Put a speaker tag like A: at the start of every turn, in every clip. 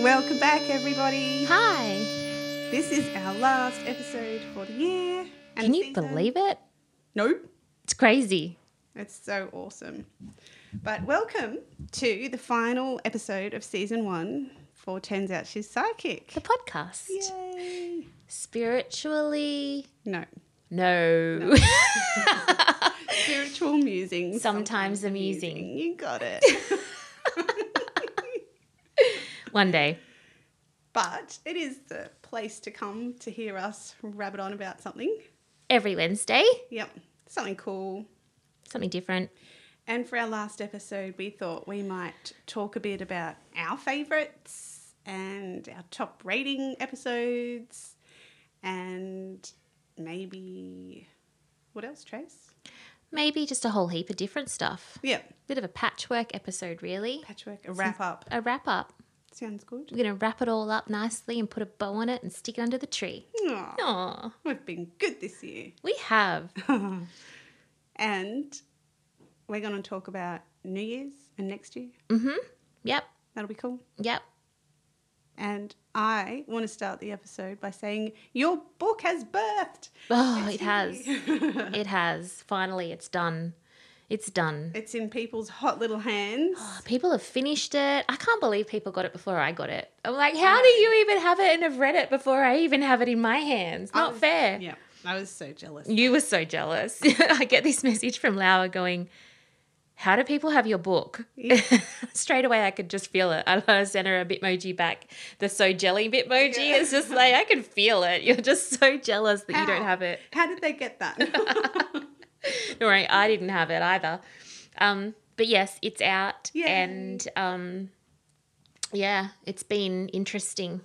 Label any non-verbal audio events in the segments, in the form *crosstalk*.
A: Welcome back, everybody.
B: Hi.
A: This is our last episode for the year. and
B: Can you
A: season.
B: believe it?
A: Nope.
B: It's crazy.
A: It's so awesome. But welcome to the final episode of season one for Turns Out She's Psychic.
B: The podcast.
A: Yay.
B: Spiritually.
A: No.
B: No. *laughs*
A: Spiritual musings.
B: Sometimes amusing.
A: You got
B: *laughs*
A: it.
B: One day.
A: but it is the place to come to hear us rabbit on about something.
B: Every Wednesday.
A: Yep. Something cool.
B: Something different.
A: And for our last episode, we thought we might talk a bit about our favourites and our top rating episodes and maybe what else, Trace?
B: Maybe just a whole heap of different stuff.
A: Yeah,
B: Bit of a patchwork episode, really.
A: patchwork, a wrap up.
B: A wrap up.
A: Sounds good.
B: We're going to wrap it all up nicely and put a bow on it and stick it under the tree.
A: Aw,
B: Aw,
A: we've been good this *laughs* year.
B: we have.
A: And we're going to talk about New Year's and next year.
B: Yep,
A: That'll be cool.
B: yep.
A: And I want to start the episode by saying, Your book has birthed.
B: Oh, it has. It has. Finally, it's done. It's done.
A: It's in people's hot little
B: *gasps*
A: hands.
B: Oh, People have finished it. I can't believe people got it before I got it. I'm like, how do you even have it and have read it before I even have it in my hands? Not fair.
A: Um, Yeah, I was so jealous.
B: You were so jealous. *laughs* I get this message from Laura going, How do people have your book? *laughs* Straight away, I could just feel it. I I sent her a bitmoji back, the so jelly bitmoji. It's just like, I can feel it. You're just so jealous that you don't
A: How?
B: have it.
A: How did they get
B: *laughs*
A: that? *laughs*
B: Don't worry, I didn't have it either. Um, but yes, it's out.
A: Yay.
B: And um, yeah, it's been interesting.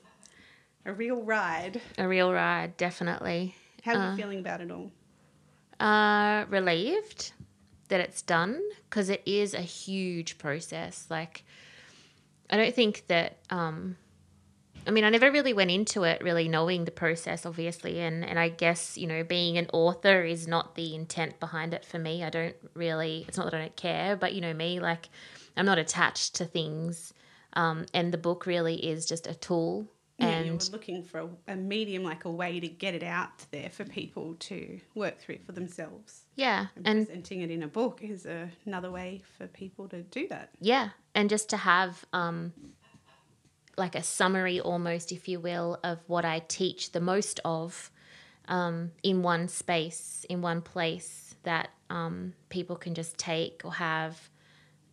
A: a real ride.
B: A real ride, definitely.
A: How are you feeling about it all?
B: Uh, relieved that it's done because it is a huge process. Like, I don't think that. Um, I mean, I never really went into it really knowing the process, obviously, and and I guess you know being an author is not the intent behind it for me. I don't really. It's not that I don't care, but you know me, like I'm not attached to things, um, and the book really is just a tool.
A: you were
B: And
A: looking for a, a medium, like a way to get it out there for people to work through for themselves.
B: yeah, and
A: Presenting it in a book is another way for people to do that.
B: Yeah, and just to have um, like a summary, almost, if you will, of what I teach the most of um, in one space, in one place that um, people can just take or have,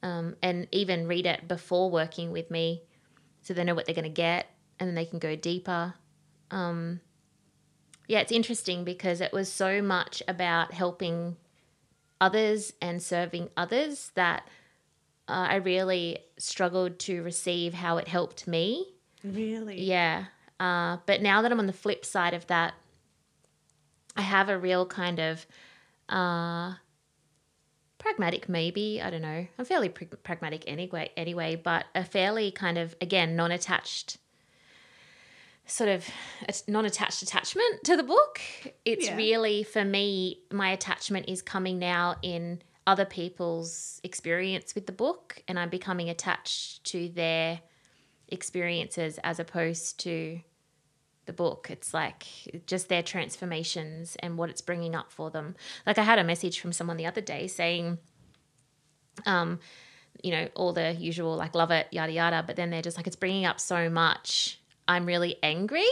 B: um, and even read it before working with me, so they know what they're going to get, and then they can go deeper. Um, yeah, it's interesting because it was so much about helping others and serving others that uh, I really struggled to receive how it helped me.
A: Really?
B: Yeah. Uh, but now that I'm on the flip side of that, I have a real kind of uh, pragmatic, maybe. I don't know. I'm fairly prag pragmatic anyway, anyway, but a fairly kind of, again, non attached sort of a- non-attached attachment to the book it's
A: Yeah.
B: really for me my attachment is coming now in other people's experience with the book and i'm becoming attached to their experiences as opposed to the book. It's like just their transformations and what it's bringing up for them. Like I had a message from someone the other day saying, um, you know, all the usual like love it, yada yada, but then they're just like it's bringing up so much. I'm really angry.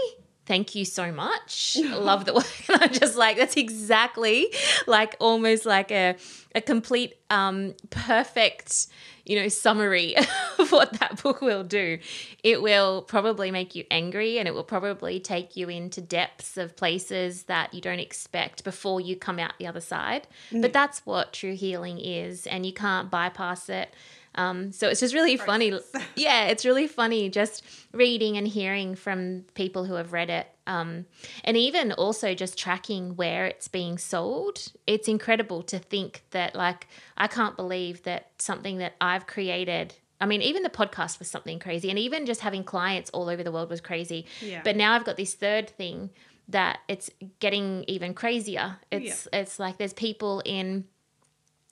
B: Thank you so much. Love the work. And I'm just like, that's exactly like almost like a, a complete, um, perfect, you know, summary *laughs* of what that book will do. It will probably make you angry and it will probably take you into depths of places that you don't expect before you come out the other side. But that's what true healing is, and you can't bypass it. Um, so it's just really funny. Yeah, it's really funny just reading and hearing from people who have read it. Um, and even also just tracking where it's being sold. It's incredible to think that, like, I can't believe that something that I've created. I mean, even the podcast was something crazy, and even just having clients all over the world was crazy.
A: Yeah.
B: But now I've got this third thing that it's getting even crazier. It's it's like there's people in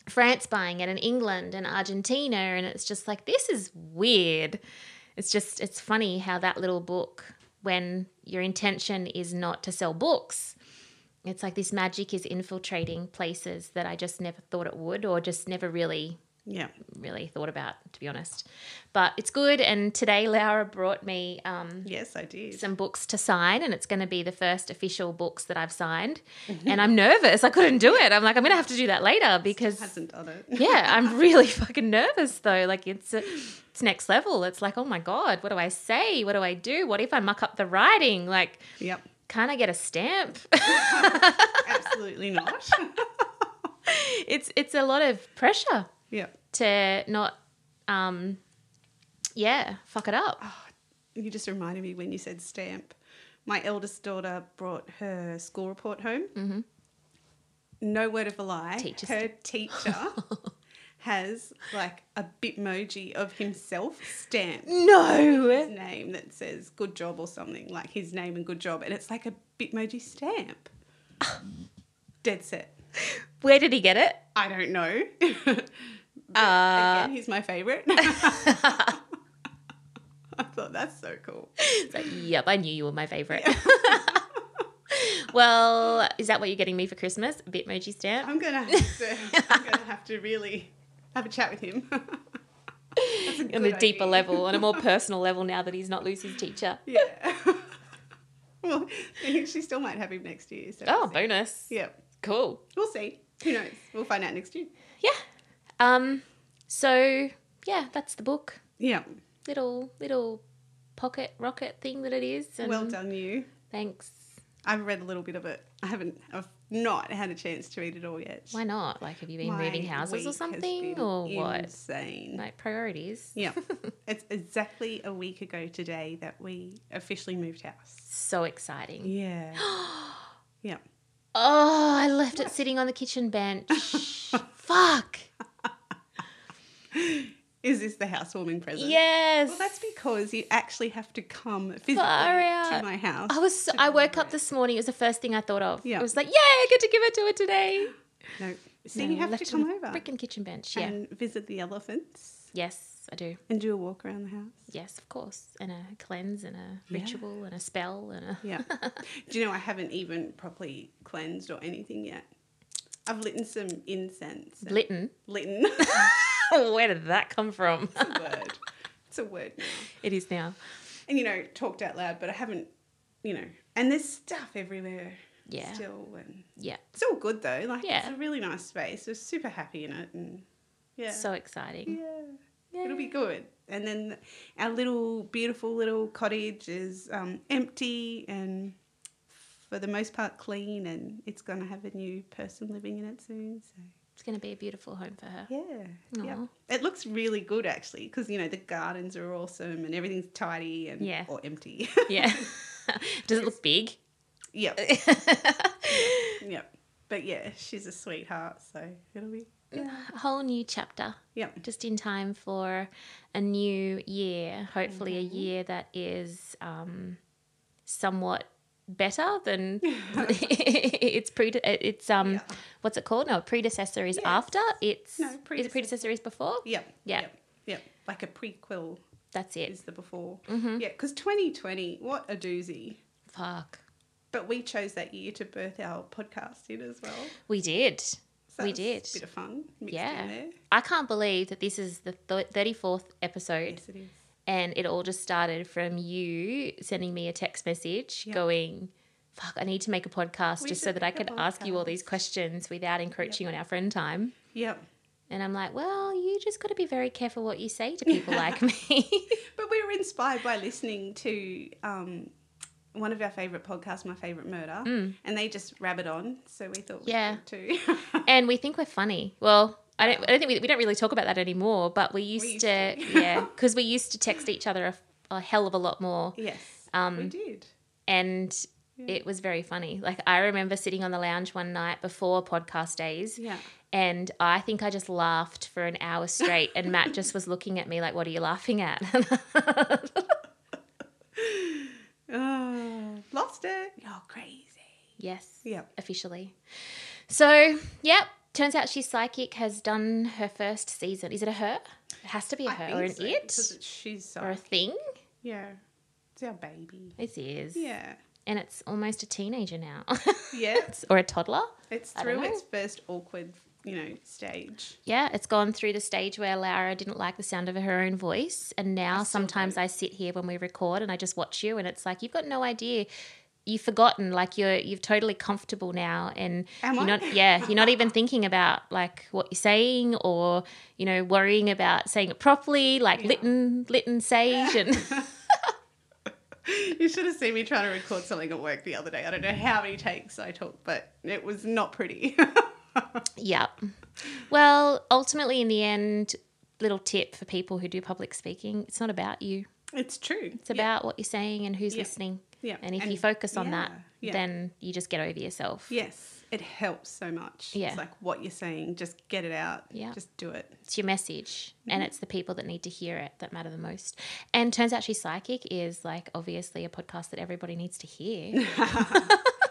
B: France buying it and England and Argentina and it's just like this is weird. it's just it's funny how that little book when your intention is not to sell books it's like this magic is infiltrating places that I just never thought it would or just never really
A: Yeah.
B: really thought about to be honest but it's good and today Laura brought me um,
A: Yes, I did.
B: some books to sign and it's going to be the first official books that I've signed and I'm nervous I couldn't do it I'm like I'm going to have to do that later because
A: Hasn't done
B: *laughs*
A: it.
B: yeah I'm really fucking nervous though like it's a, it's next level it's like oh my god what do I say what do I do what if I muck up the writing like
A: Yep.
B: can I get a stamp *laughs*
A: Absolutely not. *laughs*
B: it's it's a lot of pressure
A: yep.
B: to not um yeah fuck it up
A: You just reminded me when you said stamp. My eldest daughter brought her school report home. Mm-hmm. No word of a lie.
B: Teacher
A: her
B: *laughs*
A: teacher has like a bitmoji of himself stamped.
B: no
A: His name that says good job or something like his name and good job, and it's like a bitmoji
B: *laughs*
A: stamp. Dead set.
B: where did he get it
A: I don't
B: *laughs*
A: know.
B: uh
A: Again, he's my favorite.
B: *laughs*
A: *laughs* I thought that's so
B: *laughs*
A: cool.
B: it's like, yep i knew you were my favorite *laughs* well is that what you're getting me for christmas a bitmoji stamp
A: I'm gonna
B: *laughs*
A: have to. I'm gonna have to really have a chat with him. *laughs* That's
B: on
A: good
B: a deeper
A: idea.
B: level on
A: *laughs*
B: a more personal level now that he's not lucy's teacher
A: Yeah. *laughs* well, *laughs* I think she still might have him next year. So
B: oh
A: we'll see.
B: bonus
A: yeah.
B: cool
A: We'll see. Who knows? We'll find out next year.
B: yeah um so yeah that's the book
A: Yeah.
B: little little pocket rocket thing that it is and
A: Well done, you.
B: thanks
A: I've read a little bit of it. I haven't. I've not had a chance to read it all yet.
B: Why not? Like, have you been
A: My
B: moving houses
A: week
B: or
A: has
B: something,
A: been
B: or what?
A: Insane.
B: Like priorities. *laughs*
A: Yeah. it's exactly a week ago today that we officially moved house.
B: So exciting. *gasps*
A: Yeah. yeah.
B: Oh, I left it sitting on the
A: *laughs*
B: kitchen bench. Fuck.
A: Is this the housewarming present?
B: Yes.
A: Well, that's because you actually have to come physically
B: Far
A: to
B: out. Oh.
A: my house.
B: I was. So, I woke up this morning. It was the first thing I thought of.
A: Yeah.
B: I was like, "Yay! I get to give it to her today."
A: No. So
B: No,
A: you have
B: left
A: to
B: it on
A: come
B: the
A: over
B: Freaking kitchen bench. Yeah.
A: and visit the elephants
B: yes, I do.
A: and do a walk around the
B: *laughs*
A: house.
B: Yes, of course. And a cleanse, and a
A: Yeah.
B: ritual, and a spell, and a.
A: Yeah. do you know I haven't even properly cleansed or anything yet? I've lit some incense. and-
B: Litten.
A: Litten.
B: *laughs*
A: *laughs*
B: Where did that come from?
A: It's
B: *laughs*
A: a word. It's a word now.
B: it is now.
A: And you know, talked out loud, but I haven't, you know. And there's stuff everywhere.
B: Yeah.
A: Still, and
B: Yeah.
A: it's all good though. Like
B: Yeah.
A: it's a really nice space. We're super happy in it, and yeah,
B: So exciting.
A: yeah, it'll be good. And then our little beautiful little cottage is um, empty and for the most part clean, and it's going to have a new person living in it soon. So.
B: It's going to be a beautiful home
A: *laughs*
B: for her.
A: Yeah. Yep.
B: Aw.
A: It looks really good actually because, you know, the gardens are awesome and everything's tidy and
B: Yeah.
A: or empty. *laughs*
B: Yeah. *laughs* Does it look big? *laughs*
A: yep. Yep. But yeah, she's a sweetheart, so it'll be.
B: a whole new chapter,
A: Yep.
B: just in time for a new year. Hopefully, a year that is um, somewhat better
A: *laughs*
B: than its pre. Its um,
A: Yeah.
B: what's it called? No, predecessor is
A: Yes.
B: after. It's
A: No,
B: is it predecessor is before.
A: Yep.
B: Yeah.
A: Yep. Yep. Like a prequel
B: That's it.
A: is the before.
B: Mm-hmm.
A: Yeah, because 2020, what a doozy.
B: Fuck,
A: But we chose that year to birth our podcast in as well.
B: we did.
A: So
B: we
A: it's
B: did.
A: A bit of fun mixed
B: Yeah.
A: in there.
B: I can't believe that this is the thirty fourth episode.
A: Yes, it is.
B: and it all just started from you sending me a text message
A: Yeah.
B: going fuck i need to make a podcast
A: We
B: just
A: should
B: so that i
A: make a
B: could ask you all
A: podcast."
B: these questions without encroaching on our friend time
A: Yep.
B: and i'm like well you just got to be very careful what you say to people
A: *laughs*
B: like me *laughs*
A: But we were inspired by listening to um, one of our favourite podcasts, My Favourite Murder, and they just rabbit on. So we thought we
B: Mm. Yeah.
A: could too. *laughs*
B: and we think we're funny well I don't, I don't think we, we don't really talk about that anymore but we used,
A: used
B: to,
A: to.
B: *laughs* yeah
A: *laughs*
B: because we used to text each other a, a hell of a lot more
A: yes. we
B: um,
A: did.
B: and it was very funny like i remember sitting on the lounge one night before podcast days
A: Yeah.
B: And I think I just laughed for an hour straight. And Matt just was looking at me like, What are you laughing at? *laughs*
A: Oh, lost it. You're crazy.
B: yes,
A: Yeah.
B: officially. So, yep, Turns out she's psychic has done her first season. Is it a her? It has to be a
A: I
B: her
A: think
B: or an
A: so, 'cause
B: it
A: it's- She's
B: or a
A: like,
B: thing.
A: yeah, it's our baby.
B: It is.
A: Yeah,
B: And it's almost a teenager now *laughs*
A: yeah.
B: or a toddler.
A: *laughs* It's
B: I don't
A: through
B: know.
A: its first awkward, you know, stage.
B: Yeah, it's gone through the stage where Lara didn't like the sound of her own voice. And now
A: still
B: sometimes I sit here when we record and I just watch you and it's like you've got no idea. You've forgotten, like you're you've totally comfortable now and
A: Am
B: you're
A: I?
B: not yeah, you're
A: *laughs*
B: not even thinking about like what you're saying or, you know, worrying about saying it properly, like
A: Yeah.
B: Lytton Lytton
A: *laughs*
B: Sage and
A: *laughs* You should have seen me trying to record something at work the other day. I don't know how many takes I took, but it was not pretty. *laughs*
B: Yeah. Well, ultimately, in the end, little tip for people who do public speaking it's not about you,
A: it's true.
B: it's about what you're saying and who's listening.
A: Yeah.
B: And if
A: And-
B: you focus on that,
A: yeah, yeah.
B: then you just get over yourself.
A: Yes, it helps so much.
B: Yeah.
A: It's like what you're saying, just get it out.
B: Yeah.
A: Just do it. *laughs*
B: It's your message, and
A: Mm-hmm.
B: it's the people that need to hear it that matter the most. And turns out She's Psychic is like obviously a podcast that everybody needs
A: *laughs*
B: to hear.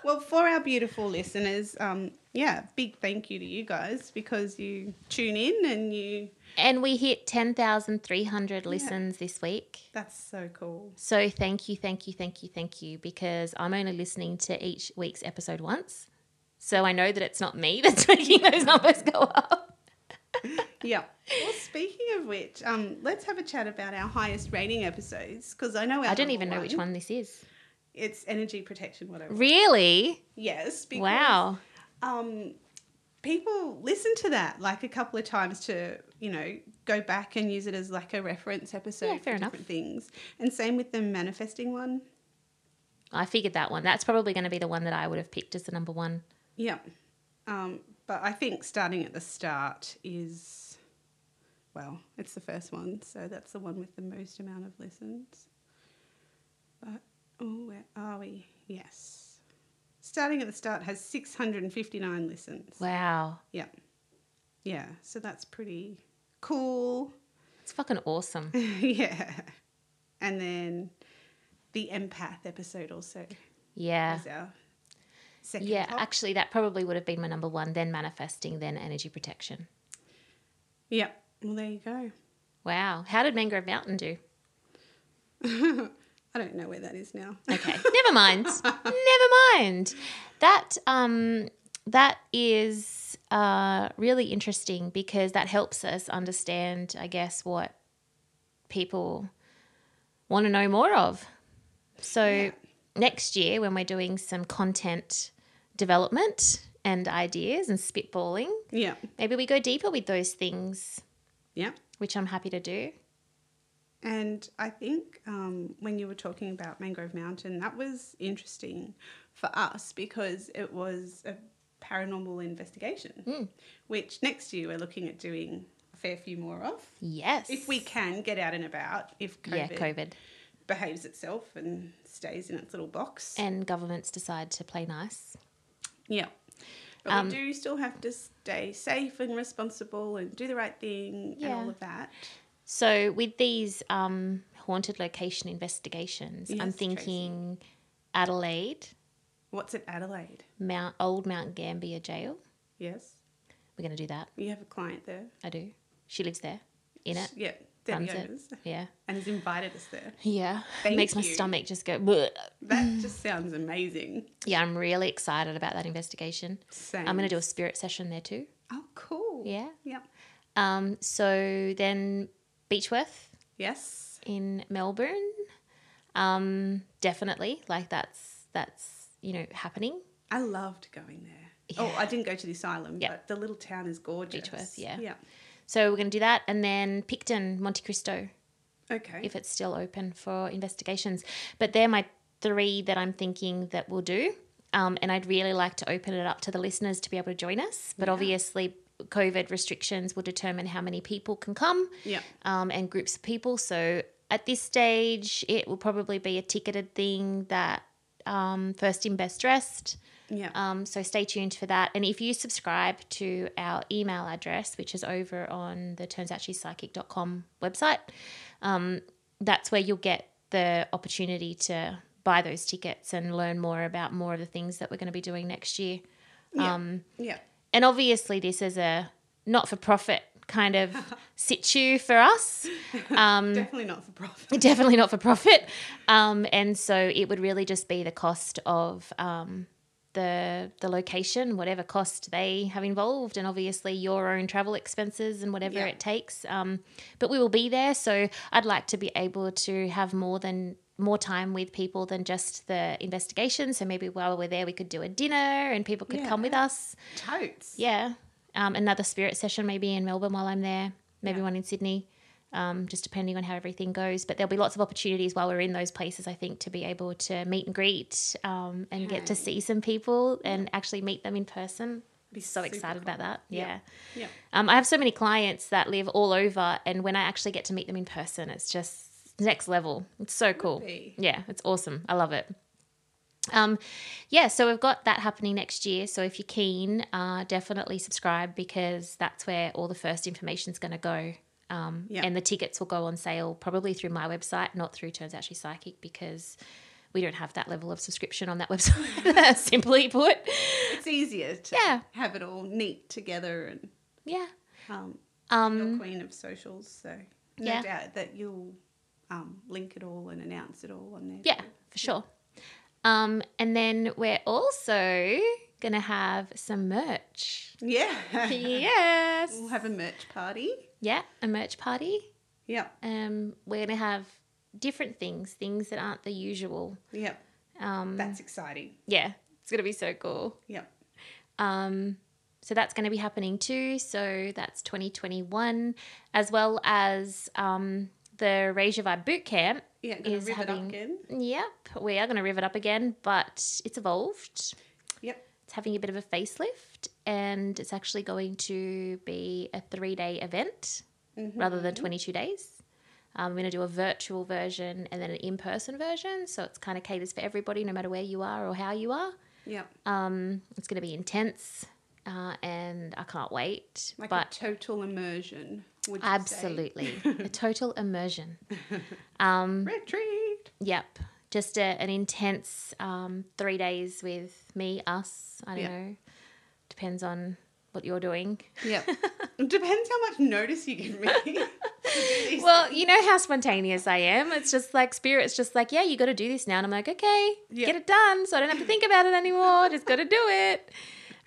A: Well, for our beautiful listeners, um, yeah, big thank you to you guys because you tune in and you.
B: and we hit 10,300 listens this week.
A: That's so cool.
B: So thank you, thank you, thank you, thank you, because I'm only listening to each week's episode once. So I know that it's not me *laughs* that's making those numbers go up.
A: Yeah. Well, speaking of which, um, let's have a chat about our highest rating episodes because I know our
B: I don't
A: number
B: even know which one this is.
A: It's energy protection, whatever.
B: Really?
A: yes. Because,
B: Wow.
A: Um, people listen to that like a couple of times to you know go back and use it as like a reference episode
B: Yeah,
A: for
B: fair enough.
A: different things. And same with the manifesting one.
B: I figured that one. That's probably going to be the one that I would have picked as the number one.
A: Yeah. Um, but I think starting at the start is, well, it's the first one, so that's the one with the most amount of listens. But, oh, where are we? Yes. Starting at the start has 659 listens.
B: Wow.
A: Yeah. Yeah, so that's pretty cool. *laughs*
B: It's fucking awesome.
A: yeah. And then the empath episode also
B: Yeah.
A: is our second
B: Yeah.
A: top.
B: Actually, that probably would have been my number one, then manifesting, then energy protection.
A: yeah. Well, there you go.
B: Wow. How did Mangrove Mountain do?
A: *laughs* I don't know where that is now.
B: Okay, never mind. never mind. That um that is uh really interesting because that helps us understand, I guess, what people want to know more of. So
A: Yeah.
B: next year when we're doing some content development and ideas and spitballing,
A: *laughs* Yeah.
B: maybe we go deeper with those things,
A: Yeah.
B: which I'm happy to do.
A: And I think um, when you were talking about Mangrove Mountain, that was interesting for us because it was a paranormal investigation,
B: Hmm.
A: which next year we're looking at doing a fair few more of.
B: Yes.
A: If we can get out and about, if
B: Yeah,
A: COVID,
B: COVID.
A: behaves itself and stays in its little box.
B: And governments decide to play nice.
A: yeah. But
B: Um,
A: we do still have to stay safe and responsible and do the right thing and
B: Yeah.
A: all of that.
B: So with these um, haunted location investigations, I'm
A: Yes, Tracy.
B: thinking Adelaide,
A: What's at Adelaide?
B: Mount Old Mount Gambier Jail.
A: Yes.
B: We're going to do that.
A: You have a client there.
B: I do. She lives there, in it,
A: Yeah,
B: runs
A: Debbie
B: it.
A: owns.
B: Yeah,
A: And has invited us there.
B: yeah.
A: Thank
B: Makes my
A: you.
B: stomach just go. "Bleh." Mm.
A: That just sounds amazing.
B: Yeah, I'm really excited about that investigation.
A: Same.
B: I'm going to do a spirit session there too.
A: Oh, cool.
B: Yeah.
A: Yep.
B: Um, so then Beechworth
A: Yes.
B: in Melbourne, um, definitely. Like that's that's you know happening.
A: I loved going there. Oh,
B: Yeah.
A: I didn't go to the asylum,
B: Yeah.
A: but the little town is gorgeous.
B: Beechworth, yeah.
A: Yeah.
B: So we're going to do that, and then Picton, Monte Cristo,
A: Okay.
B: if it's still open for investigations. But they're my three that I'm thinking that we'll do. Um, and I'd really like to open it up to the listeners to be able to join us. But obviously, COVID restrictions will determine how many people can come
A: yeah.
B: um, and groups of people. So at this stage, it will probably be a ticketed thing that um, first in, best dressed.
A: Yeah.
B: Um, so stay tuned for that. And if you subscribe to our email address, which is over on the turnsoutshespsychic.com website, um, that's where you'll get the opportunity to buy those tickets and learn more about more of the things that we're going to be doing next year.
A: Yeah.
B: Um,
A: yeah.
B: And obviously, this is a not for profit kind of situ for us. Um,
A: Definitely not for profit.
B: *laughs* definitely not for profit. Um, and so it would really just be the cost of um, the the location, whatever cost they have involved, and obviously your own travel expenses and whatever
A: Yeah.
B: it takes. Um, but we will be there, so I'd like to be able to have more than more time with people than just the investigation. So maybe while we're there, we could do a dinner and people could come with us.
A: Totes.
B: Yeah. Um, another spirit session maybe in Melbourne while I'm there, maybe
A: Yeah.
B: one in Sydney, um, just depending on how everything goes. But there'll be lots of opportunities while we're in those places, I think, to be able to meet and greet um, and get to
A: Okay.
B: see some people and actually meet them in person.
A: Be
B: so
A: super
B: excited about that. Yeah.
A: Yeah. Yeah.
B: Um, I have so many clients that live all over, and when I actually get to meet them in person, it's just next level. It's so cool.
A: be.
B: Yeah, it's awesome. I love it. Um, yeah, so we've got that happening next year. So if you're keen, uh, definitely subscribe because that's where all the first information's going to go. Um,
A: Yeah.
B: And the tickets will go on sale probably through my website, not through Turns Out She's Psychic because we don't have that level of subscription on that *laughs* website, simply put.
A: It's easier to
B: Yeah.
A: have it all neat together and
B: Yeah.
A: um,
B: Um,
A: you're queen of socials, so no
B: Yeah.
A: doubt that you'll um, link it all and announce it all on there.
B: Yeah,
A: too.
B: for sure. Um, and then we're also gonna have some
A: *laughs*
B: merch.
A: Yeah.
B: yes.
A: We'll have a merch party.
B: Yeah, a merch party.
A: Yep.
B: Um, we're gonna have different things, things that aren't the usual.
A: Yep.
B: Um,
A: That's exciting.
B: yeah, it's gonna be so cool.
A: Yep.
B: Um, so that's going to be happening too. So that's 2021, as well as um, the Raise Your Vibe Boot Camp.
A: Yeah, gonna
B: Is
A: rip it
B: having-
A: up again.
B: Yep, we are going to rev it up again, but it's evolved.
A: Yep.
B: It's having a bit of a facelift and it's actually going to be a three day event
A: Mhm.
B: rather than 22 days. Um, we're going to do a virtual version and then an in person version. So it's kind of caters for everybody, no matter where you are or how you are.
A: Yep.
B: Um, it's going to be intense uh, and I can't wait.
A: Like
B: but
A: a total immersion. Would you say?
B: absolutely,
A: *laughs*
B: a total immersion. Um,
A: Retreat.
B: Yep. Just a, an intense um, three days with me, us. I don't
A: Yeah.
B: know. Depends on what you're doing. *laughs*
A: Yep. It Depends how much notice you give me. to do these
B: Well, you know how spontaneous I am. It's just like spirit's just like, yeah, you got to do this now. And I'm like, okay,
A: Yeah.
B: get it done. So I don't have to think about it anymore. Just got to do it.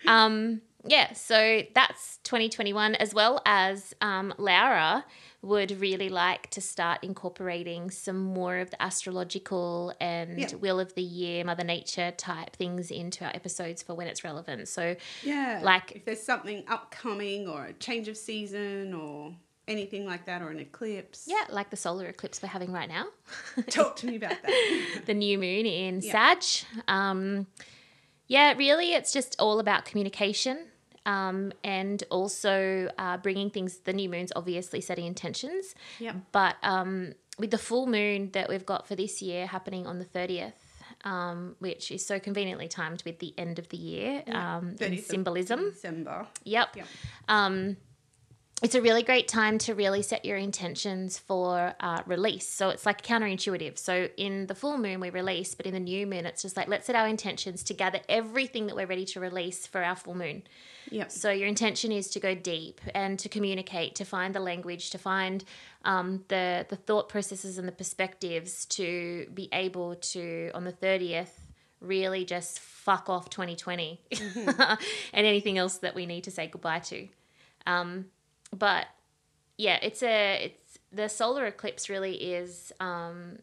B: Um, yeah. So that's 2021, as well as um, Laura would really like to start incorporating some more of the astrological and
A: Yeah.
B: will of the year, Mother Nature type things into our episodes for when it's relevant. So
A: Yeah.
B: Like-
A: if there's something upcoming or a change of season or anything like that or an eclipse.
B: yeah, like the solar eclipse we're having right now. *laughs*
A: Talk to me about that.
B: the new moon in
A: Yeah.
B: Sag. Um, yeah, really, it's just all about communication um, and also uh, bringing things. The new moon's obviously setting intentions,
A: Yep.
B: but um, with the full moon that we've got for this year happening on the 30th. Um, which is so conveniently timed with the end of the year um, in
A: 30th of
B: symbolism.
A: December.
B: Yep.
A: Yep.
B: Um, it's a really great time to really set your intentions for uh, release. So it's like counterintuitive. So in the full moon, we release, but in the new moon, it's just like, let's set our intentions to gather everything that we're ready to release for our full moon.
A: Yep.
B: So your intention is to go deep and to communicate, to find the language, to find um, the the thought processes and the perspectives to be able to on the thirtieth really just fuck off 2020 *laughs* and anything else that we need to say goodbye to. Um, but yeah, it's a it's the solar eclipse really is um,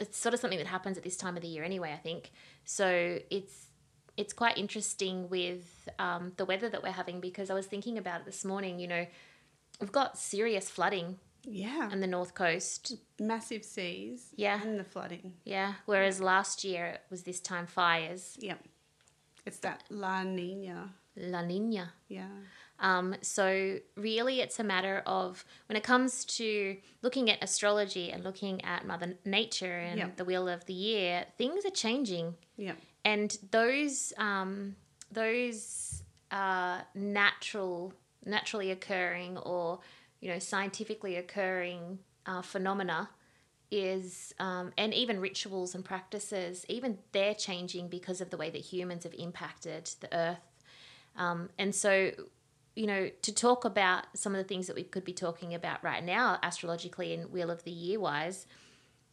B: it's sort of something that happens at this time of the year anyway. I think so. It's it's quite interesting with um, the weather that we're having because I was thinking about it this morning. You know, we've got serious flooding
A: Yeah.
B: on the north coast.
A: Massive seas.
B: Yeah.
A: And the flooding.
B: Yeah, whereas last year it was this time fires,
A: Yep. It's that La Nina.
B: La Nina.
A: Yeah.
B: Um, so, really, it's a matter of when it comes to looking at astrology and looking at Mother Nature and
A: Yep.
B: the wheel of the year, things are changing.
A: Yep.
B: And those, um, those uh, natural, naturally occurring or you know scientifically occurring uh, phenomena is, um, and even rituals and practices, even they're changing because of the way that humans have impacted the earth Um, and so, you know, to talk about some of the things that we could be talking about right now, astrologically and wheel of the year wise,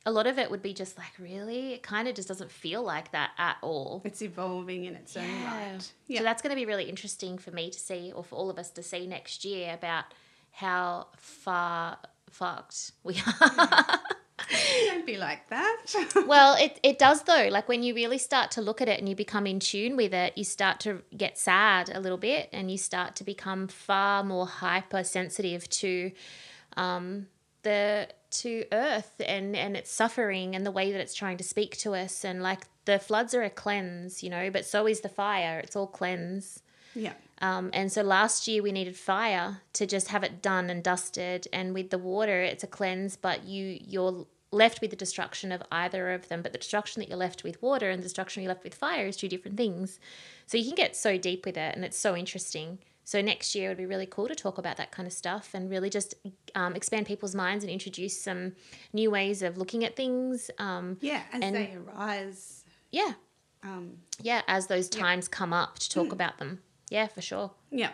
B: a lot of it would be just like, really? It kind of just doesn't feel like that at all.
A: It's evolving in its own right. Yeah.
B: So that's going to be really interesting for me to see, or for all of us to see next year about how far fucked we are.
A: Don't be like that. *laughs*
B: well, it, it does though. Like when you really start to look at it and you become in tune with it, you start to get sad a little bit and you start to become far more hypersensitive to um, the to earth and and its suffering and the way that it's trying to speak to us and like the floods are a cleanse, you know, but so is the fire. It's all cleanse.
A: yeah.
B: Um, and so last year we needed fire to just have it done and dusted, and with the water it's a cleanse, but you you're left with the destruction of either of them. But the destruction that you're left with water and the destruction you're left with fire is two different things. So you can get so deep with it, and it's so interesting. So next year it would be really cool to talk about that kind of stuff and really just um, expand people's minds and introduce some new ways of looking at things. Um,
A: Yeah, as
B: And-
A: they arise.
B: yeah,
A: Um,
B: yeah, as those times come up to talk about them. Yeah, for sure.
A: yeah.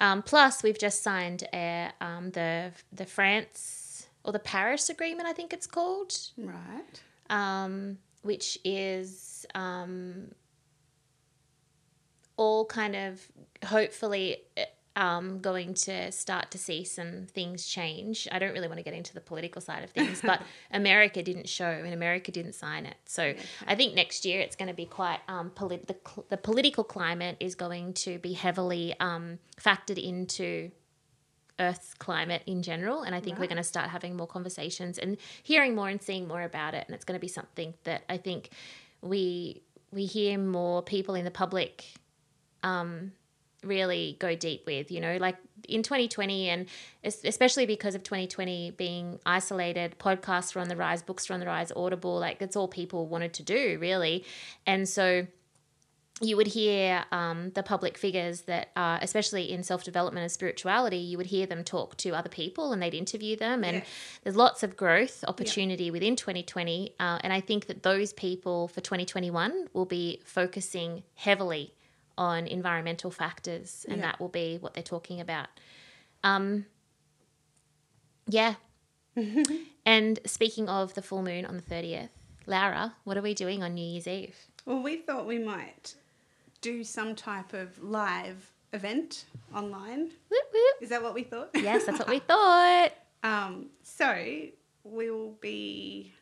B: Um, plus, we've just signed a, um, the the France or the Paris Agreement, I think it's called,
A: Right.
B: um, which is um, all kind of hopefully eh, um, going to start to see some things change. I don't really want to get into the political side of things, but America didn't show and America didn't sign it. So I think next year it's going to be quite um, polit- the, cl- the political climate is going to be heavily um, factored into Earth's climate in general. And I think we're
A: Right.
B: going to start having more conversations and hearing more and seeing more about it. And it's going to be something that I think we we hear more people in the public um, really go deep with. You know, like in 2020, and es- especially because of 2020 being isolated, podcasts were on the rise, books were on the rise, Audible, like that's all people wanted to do, really. And so you would hear um, the public figures that are, especially in self development and spirituality, you would hear them talk to other people and they'd interview them. And
A: Yes.
B: there's lots of growth opportunity within 2020. Uh, and I think that those people for 2021 will be focusing heavily on environmental factors, and
A: Yeah.
B: that will be what they're talking about. Um, *laughs* yeah. and speaking of the full moon on the 30th, Lara, what are we doing on New Year's Eve?
A: Well, we thought we might do some type of live event online.
B: Whoop, whoop.
A: Is that what we thought?
B: Yes, that's what we thought.
A: Um, so we'll be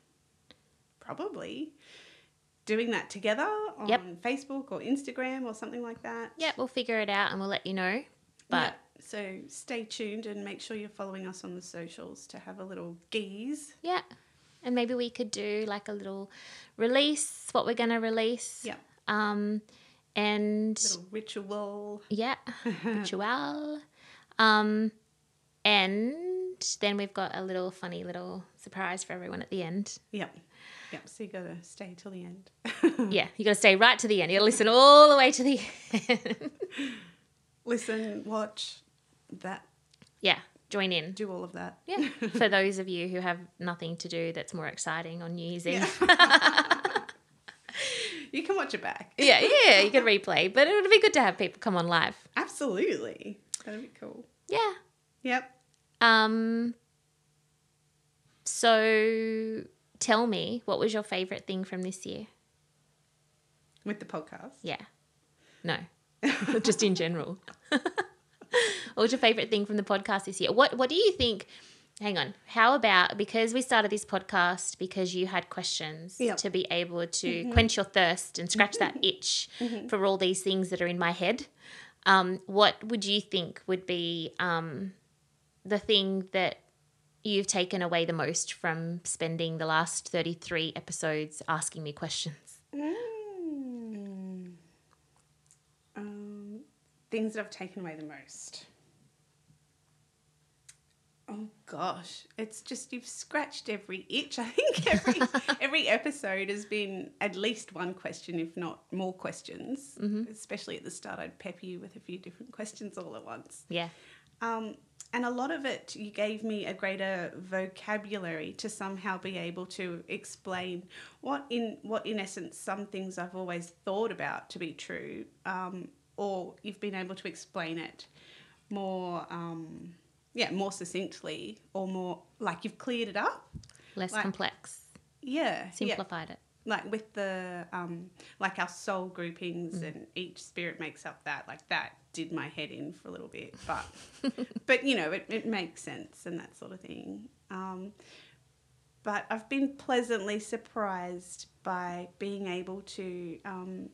A: probably doing that together on
B: Yep.
A: Facebook or Instagram or something like that.
B: Yeah, we'll figure it out and we'll let you know. But
A: Yeah. So stay tuned and make sure you're following us on the socials to have a little geeze.
B: yeah. And maybe we could do like a little release, what we're going to release.
A: Yeah.
B: Um, and
A: Little ritual. *laughs*
B: yeah, ritual. Um, and then we've got a little funny little surprise for everyone at the end.
A: Yep. Yep. So you gotta stay till the end. *laughs* Mm.
B: Yeah, you got to stay right to the end. You got to listen all the way to the *laughs* end.
A: Listen, watch that,
B: yeah, join in.
A: do all of that.
B: Yeah, for those of you who have nothing to do that's more exciting on New Year's Eve.
A: *laughs*
B: *laughs*
A: Yeah. you can watch it back.
B: Yeah, yeah, you can replay, but it would be good to have people come on live.
A: Absolutely. That'd be cool.
B: Yeah.
A: Yep.
B: Um so tell me, what was your favorite thing from this year?
A: With the podcast.
B: Yeah. No. *laughs* Just in general. *laughs* what was your favorite thing from the podcast this year? What what do you think Hang on. How about because we started this podcast because you had questions
A: Yep. Mm-hmm.
B: to be able to quench your thirst and scratch that itch for all these things that are in my head? um, what would you think would be um, the thing that you've taken away the most from spending the last 33 episodes asking me questions?
A: Mm. Um, things that I've taken away the most. Oh gosh, it's just you've scratched every itch. *laughs* I think every every episode has been at least one question, if not more questions. Especially at the start, I'd pepper you with a few different questions all at once.
B: Yeah.
A: Um, and a lot of it, you gave me a greater vocabulary to somehow be able to explain what, in what in essence, some things I've always thought about to be true, um, or you've been able to explain it more, um, yeah, more succinctly or more like you've cleared it up.
B: Less
A: Like-
B: complex.
A: Yeah, yeah.
B: Simplified it.
A: Like with the um, like our soul groupings and each spirit makes up that like that did my head in for a little bit, but but you know it, it makes sense and that sort of thing. Um, but I've been pleasantly surprised by being able to um,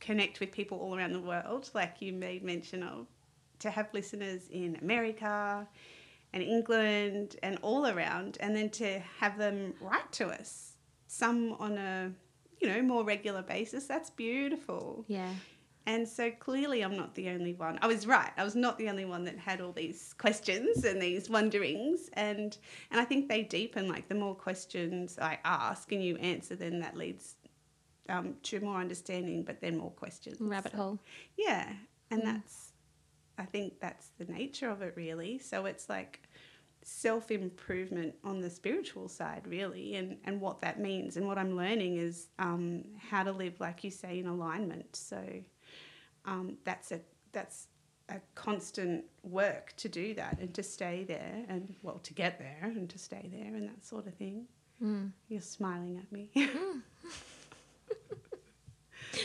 A: connect with people all around the world, like you made mention of, to have listeners in America and England and all around, and then to have them write to us, some on a you know more regular basis. That's beautiful.
B: Yeah.
A: And so clearly, I'm not the only one. I was right. I was not the only one that had all these questions and these wonderings. And and I think they deepen. Like the more questions I ask and you answer, then that leads um, to more understanding. But then more questions.
B: Rabbit hole.
A: Yeah, and that's I think that's the nature of it, really. So it's like self improvement on the spiritual side, really, and and what that means. And what I'm learning is um, how to live, like you say, in alignment. So um, that's a that's a constant work to do that and to stay there and well to get there and to stay there and that sort of thing.
B: Mm.
A: You're smiling at me. *laughs*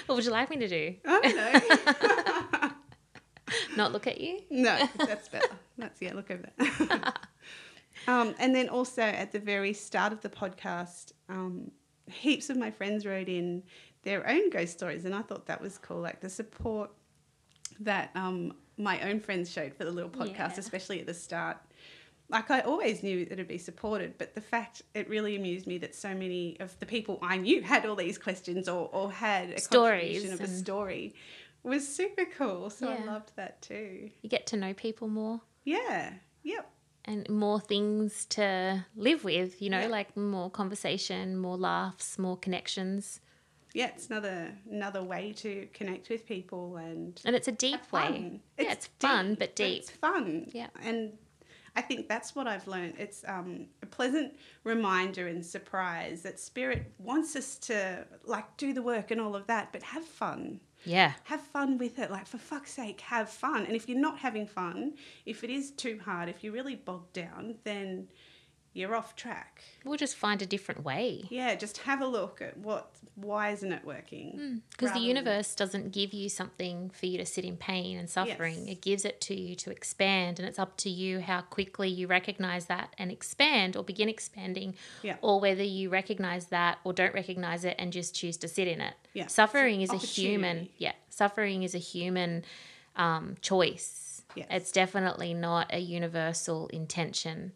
B: What would you like me to do?
A: I don't know.
B: Not look at you? *laughs*
A: No, that's better. That's yeah, look over that. *laughs* um, and then also at the very start of the podcast, um, heaps of my friends wrote in their own ghost stories, and I thought that was cool. Like the support that um, my own friends showed for the little podcast,
B: Yeah.
A: especially at the start. Like I always knew that it'd be supported, but the fact it really amused me that so many of the people I knew had all these questions or, or had a
B: Stories
A: contribution of a
B: and-
A: story was super cool. So I
B: Yeah.
A: loved that too.
B: You get to know people more
A: Yeah. Yep.
B: and more things to live with, you know,
A: Yeah.
B: like more conversation, more laughs, more connections.
A: Yeah, it's another another way to connect with people and
B: And it's a deep way.
A: fun.
B: yeah, it's fun
A: deep,
B: but deep.
A: It's fun.
B: Yeah.
A: And I think that's what I've learned. It's um, a pleasant reminder and surprise that spirit wants us to like do the work and all of that, but have fun.
B: Yeah.
A: have fun with it. Like, for fuck's sake, have fun. And if you're not having fun, if it is too hard, if you're really bogged down, then you're off track.
B: We'll just find a different way.
A: Yeah, just have a look at what, why isn't it working?
B: Because the
A: rather than-
B: universe doesn't give you something for you to sit in pain and suffering.
A: Yes.
B: It gives it to you to expand, and it's up to you how quickly you recognize that and expand or begin expanding,
A: Yeah.
B: or whether you recognize that or don't recognize it and just choose to sit in it.
A: Yeah.
B: Suffering is
A: It's an
B: a human,
A: opportunity.
B: yeah, suffering is a human um, choice.
A: Yes.
B: It's definitely not a universal intention.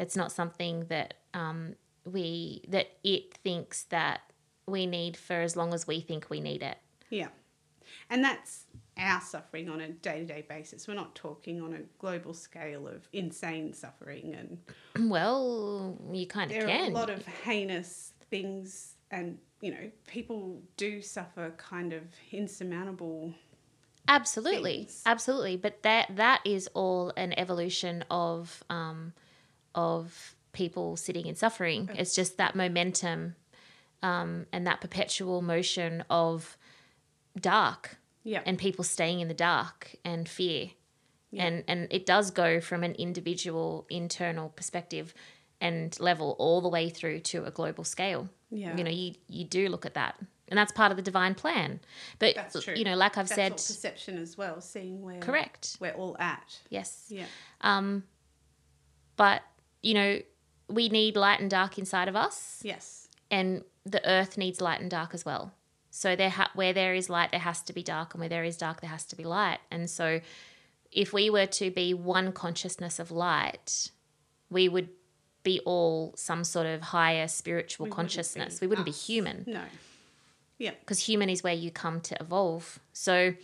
B: It's not something that um, we that it thinks that we need for as long as we think we need it. *clears throat*
A: Yeah. And that's our suffering on a day to day basis. We're not talking on a global scale of insane suffering. And
B: Well, you kind of
A: there are a
B: can.
A: lot of heinous things, and, you know, people do suffer kind of insurmountable.
B: absolutely,
A: things.
B: absolutely. But that that is all an evolution of um, of people sitting in suffering. It's just that momentum um, and that perpetual motion of dark
A: Yeah.
B: and people staying in the dark and fear. And and it does go from an individual internal perspective and level all the way through to a global scale.
A: Yeah.
B: You know, you you do look at that. And that's part of the divine plan. But
A: That's true.
B: you know, like I've
A: that's all
B: said,
A: perception as well, seeing where
B: correct.
A: we're all at.
B: Yes.
A: Yeah.
B: Um but you know, we need light and dark inside of us
A: Yes.
B: and the earth needs light and dark as well. So there ha- where there is light, there has to be dark, and where there is dark, there has to be light. And so, if we were to be one consciousness of light, we would be all some sort of higher spiritual
A: We wouldn't
B: consciousness.
A: be Ah.
B: we wouldn't
A: us.
B: be human
A: No. Yeah.
B: because human is where you come to evolve. So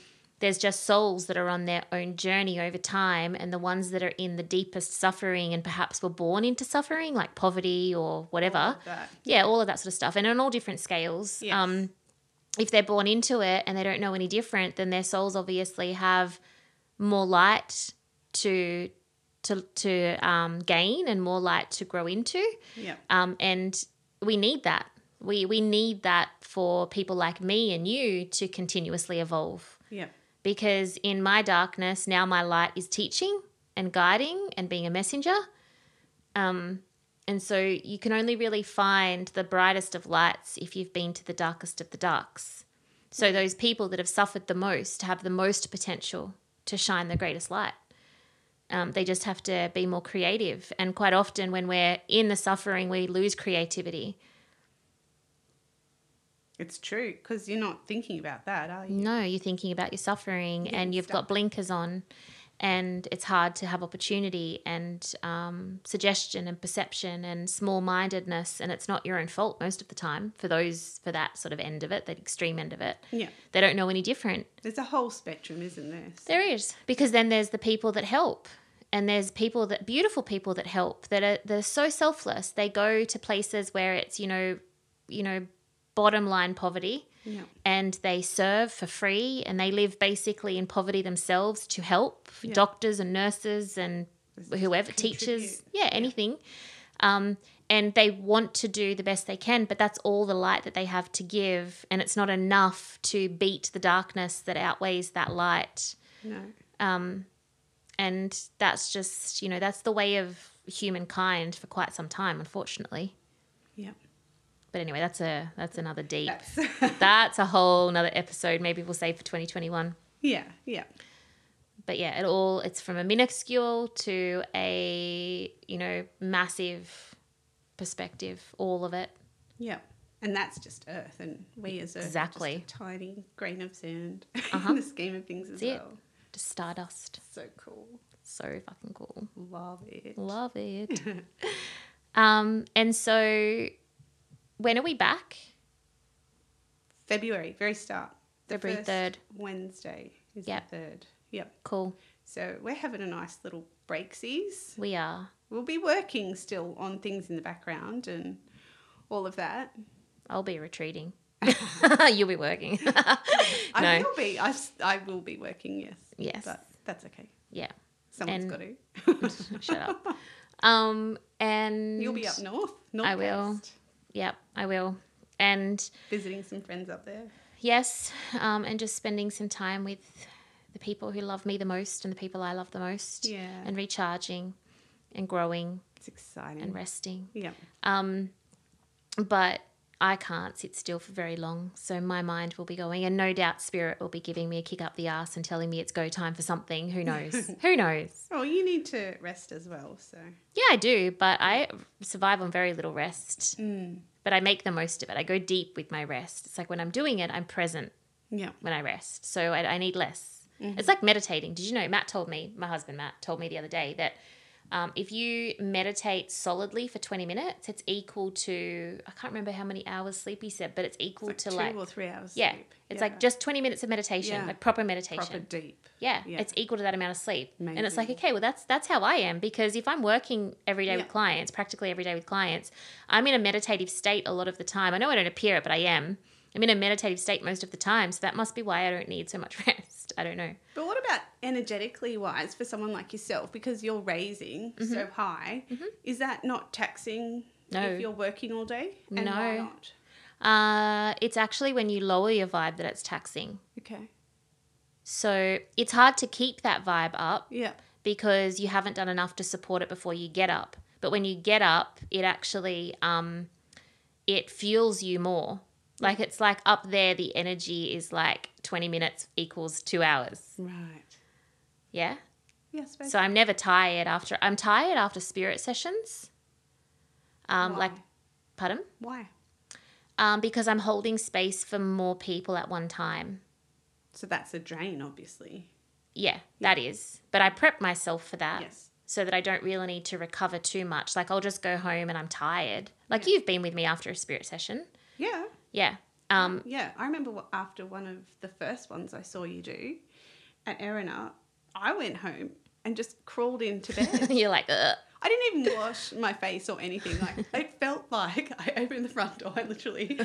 B: there's just souls that are on their own journey over time, and the ones that are in the deepest suffering and perhaps were born into suffering, like poverty or whatever
A: all of that.
B: yeah, all of that sort of stuff, and on all different scales.
A: Yes.
B: Um, if they're born into it and they don't know any different, then their souls obviously have more light to to to um, gain and more light to grow into,
A: Yeah.
B: um, and we need that. We we need that for people like me and you to continuously evolve
A: Yeah.
B: because in my darkness, now my light is teaching and guiding and being a messenger. Um, and so you can only really find the brightest of lights if you've been to the darkest of the darks. So those people that have suffered the most have the most potential to shine the greatest light. Um, they just have to be more creative. And quite often, when we're in the suffering, we lose creativity.
A: It's true because you're not thinking about that, are you?
B: No, you're thinking about your suffering
A: Yeah,
B: and you've
A: stuff.
B: got blinkers on, and it's hard to have opportunity and um, suggestion and perception and small mindedness. And it's not your own fault most of the time for those, for that sort of end of it, that extreme end of it.
A: Yeah,
B: They don't know any different.
A: there's a whole spectrum, isn't there?
B: There is because then there's the people that help, and there's people that beautiful people that help that are they're so selfless. They go to places where it's you know, you know, bottom line poverty,
A: Yeah,
B: and they serve for free, and they live basically in poverty themselves to help
A: Yeah.
B: doctors and nurses and
A: Just
B: whoever teachers, yeah, anything. Um, and they want to do the best they can, but that's all the light that they have to give, and it's not enough to beat the darkness that outweighs that light
A: no,
B: um, and that's just you know that's the way of humankind for quite some time unfortunately
A: yeah.
B: but anyway that's a that's another deep
A: That's *laughs*
B: that's a whole another episode maybe we'll save for 2021
A: yeah, yeah,
B: but yeah it all it's from a minuscule to a you know massive perspective all of it
A: yeah. And that's just Earth, and we as Earth are
B: Exactly.
A: just a tiny grain of sand *laughs*
B: Uh-huh.
A: in the scheme of things as
B: That's it.
A: well.
B: just stardust
A: So cool.
B: so fucking cool
A: Love it.
B: Love
A: *laughs*
B: it. um, and so when are we back?
A: February, very start.
B: February
A: first
B: 3rd.
A: Wednesday is
B: Yep.
A: the third. Yep.
B: Cool.
A: So we're having a nice little breaksies.
B: We are.
A: We'll be working still on things in the background and all of that.
B: I'll be retreating. *laughs* You'll be working. *laughs*
A: I
B: no.
A: will be. I, s- I will be working. Yes.
B: Yes.
A: But that's okay.
B: Yeah.
A: Someone's
B: And-
A: got
B: *laughs*
A: to. *laughs*
B: Shut up. Um, and
A: You'll be up north. North
B: I will. Yep, I will. And
A: Visiting some friends up there.
B: yes, um, and just spending some time with the people who love me the most and the people I love the most.
A: Yeah.
B: And recharging and growing
A: It's exciting.
B: and resting.
A: yeah.
B: Um, but I can't sit still for very long, so my mind will be going, and no doubt spirit will be giving me a kick up the ass and telling me it's go time for something. Who
A: *laughs*
B: knows? Who knows?
A: Oh, you need to rest as well. So.
B: Yeah, I do, but I survive on very little rest.
A: Mm.
B: But I make the most of it. I go deep with my rest. It's like when I'm doing it, I'm present
A: Yeah.
B: when I rest. So I, I need less.
A: Mm-hmm.
B: It's like meditating. Did you know? Matt told me, my husband Matt told me the other day that um, if you meditate solidly for 20 minutes, it's equal to, I can't remember how many hours sleep he said, but it's equal
A: Like
B: to
A: two
B: like,
A: or three hours.
B: yeah,
A: Sleep.
B: it's
A: Yeah.
B: like just 20 minutes of meditation,
A: Yeah.
B: like proper meditation.
A: proper deep.
B: Yeah,
A: Yeah.
B: it's equal to that amount of sleep. And it's like,
A: Amazing.
B: okay, well that's that's how I am because if I'm working every day
A: Yeah.
B: with clients, practically every day with clients, I'm in a meditative state a lot of the time. I know I don't appear it, but I am. I'm in a meditative state most of the time, so that must be why I don't need so much *laughs* rest. I don't know.
A: But what about energetically wise for someone like yourself? Because you're raising so high, is that not taxing
B: Mm-hmm. No.
A: if you're working all day? And Why
B: No.
A: not?
B: Uh, it's actually when you lower your vibe that it's taxing.
A: Okay.
B: So it's hard to keep that vibe up
A: Yeah.
B: because you haven't done enough to support it before you get up. But when you get up, it actually um, it fuels you more. Like it's like up there, the energy is like twenty minutes equals two hours.
A: Right.
B: Yeah.
A: Yes.
B: So I'm never tired after. I'm tired after spirit sessions. Um, like, pardon?
A: why?
B: Um, because I'm holding space for more people at one time.
A: So that's a drain, obviously.
B: Yeah, that is. But I prep myself for that.
A: Yes.
B: so that I don't really need to recover too much. Like I'll just go home and I'm tired. Like you've been with me after a spirit session.
A: Yeah.
B: Yeah.
A: *laughs*
B: Um *laughs*
A: Yeah. I remember wh- after one of the first ones I saw you do at Erina, I went home and just crawled into bed.
B: *laughs* you're like Ugh.
A: I didn't even wash my face or anything. Like it felt like I opened the front door and
B: *laughs*
A: literally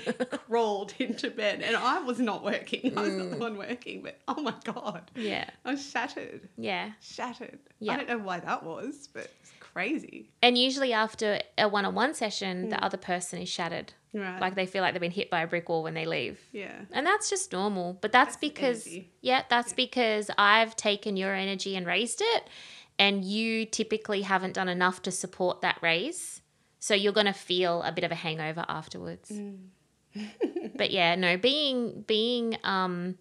A: crawled into bed, and I was not working. I was not the one working, but oh my god,
B: Mm. Yeah.
A: I was shattered,
B: Yeah.
A: shattered.
B: Yeah.
A: I don't know why that was, but it's crazy,
B: And usually after a one on one session, the other person is shattered.
A: right?
B: Like they feel like they've been hit by a brick wall when they leave.
A: yeah,
B: And that's just normal. But that's,
A: the
B: because,
A: energy.
B: yeah, that's because I've taken your energy and raised it. And you typically haven't done enough to support that raise. So you're going to feel a bit of a hangover afterwards. but yeah, no, being, being, um,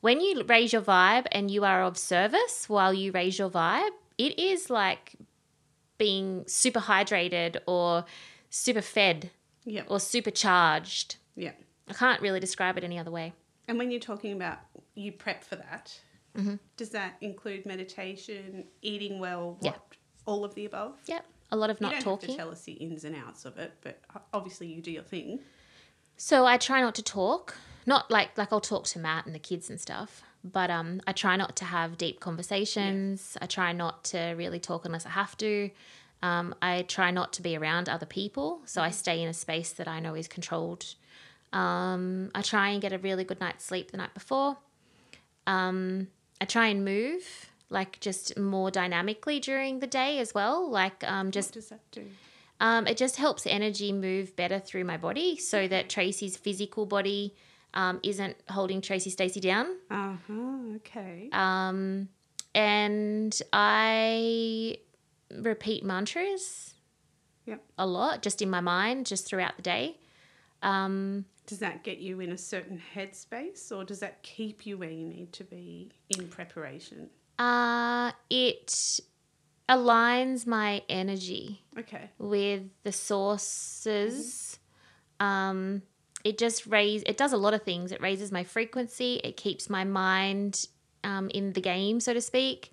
B: when you raise your vibe and you are of service while you raise your vibe, it is like being super hydrated or super fed
A: yeah,
B: or supercharged.
A: yeah.
B: I can't really describe it any other way.
A: And when you're talking about you prep for that,
B: Mm-hmm.
A: does that include meditation, eating well,
B: Yeah.
A: what, all of the above?
B: Yep. A lot of
A: You
B: not
A: don't have
B: talking.
A: to tell us the ins and outs of it, but o- obviously you do your thing.
B: So I try not to talk. Not like like I'll talk to Matt and the kids and stuff, but um I try not to have deep conversations. I try not to really talk unless I have to. Um, I try not to be around other people, so
A: Mm-hmm.
B: I stay in a space that I know is controlled. Um, I try and get a really good night's sleep the night before. Um, I try and move like just more dynamically during the day as well, like um, just
A: What does that do?
B: Um, it just helps energy move better through my body so that Tracy's physical body um, isn't holding Tracy Stacy down.
A: Uh huh. Okay.
B: Um, and I repeat mantras
A: Yep.
B: a lot just in my mind, just throughout the day. Um,
A: Does that get you in a certain headspace, or does that keep you where you need to be in preparation?
B: uh, it aligns my energy.
A: Okay.
B: with the sources. Um, it just raise it does a lot of things. It raises my frequency. It keeps my mind um, in the game, so to speak.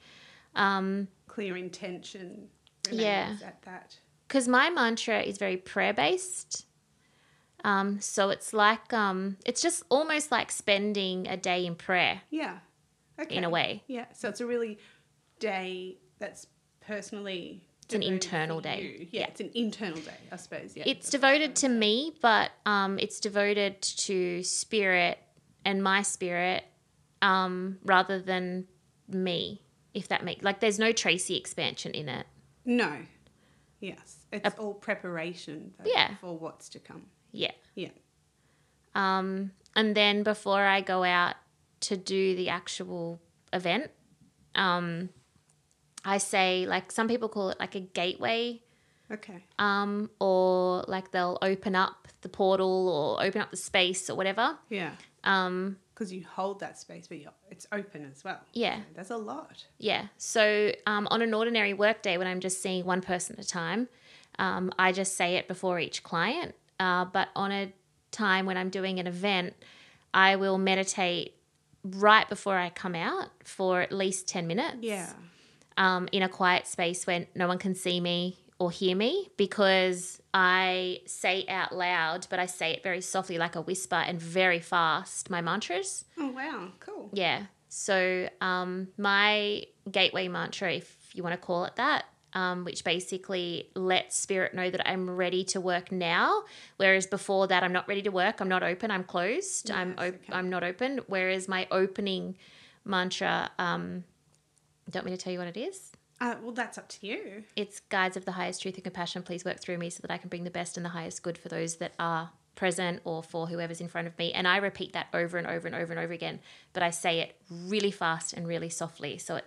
B: Um,
A: Clear intention.
B: Yeah.
A: remains At that.
B: because my mantra is very prayer based. Um, so it's like um, it's just almost like spending a day in prayer
A: Yeah. Okay.
B: in a way.
A: Yeah. So it's a really day that's personally.
B: It's an
A: devoted
B: internal
A: for
B: day.
A: you. Yeah,
B: Yeah.
A: It's an internal day, I suppose. Yeah.
B: It's devoted to me, but um, it's devoted to spirit and my spirit um, rather than me. If that makes like, there's no Tracy expansion in it.
A: No. Yes. It's all preparation though,
B: Yeah.
A: for what's to come.
B: Yeah.
A: Yeah.
B: Um, and then before I go out to do the actual event, um, I say like some people call it like a gateway
A: Okay.
B: um, or like they'll open up the portal or open up the space or whatever.
A: Yeah.
B: Um,
A: Because you hold that space, but you're, it's open as well.
B: yeah.
A: There's a lot.
B: Yeah. So um, on an ordinary workday, when I'm just seeing one person at a time, um, I just say it before each client. Uh, but on a time when I'm doing an event, I will meditate right before I come out for at least 10 minutes.
A: Yeah.
B: Um, in a quiet space where no one can see me or hear me because I say out loud, but I say it very softly, like a whisper and very fast, my mantras.
A: Oh, wow. Cool.
B: Yeah. So um, my gateway mantra, if you want to call it that, um, which basically lets spirit know that I'm ready to work now, whereas before that I'm not ready to work. I'm not open. I'm closed. I'm
A: Yes,
B: op-
A: okay.
B: I'm not open. Whereas my opening mantra, um, don't mean to tell you what it is.
A: Uh, well, that's up to you. *laughs*
B: It's guides of the highest truth and compassion. Please work through me so that I can bring the best and the highest good for those that are present or for whoever's in front of me. And I repeat that over and over and over and over again, but I say it really fast and really softly. So it,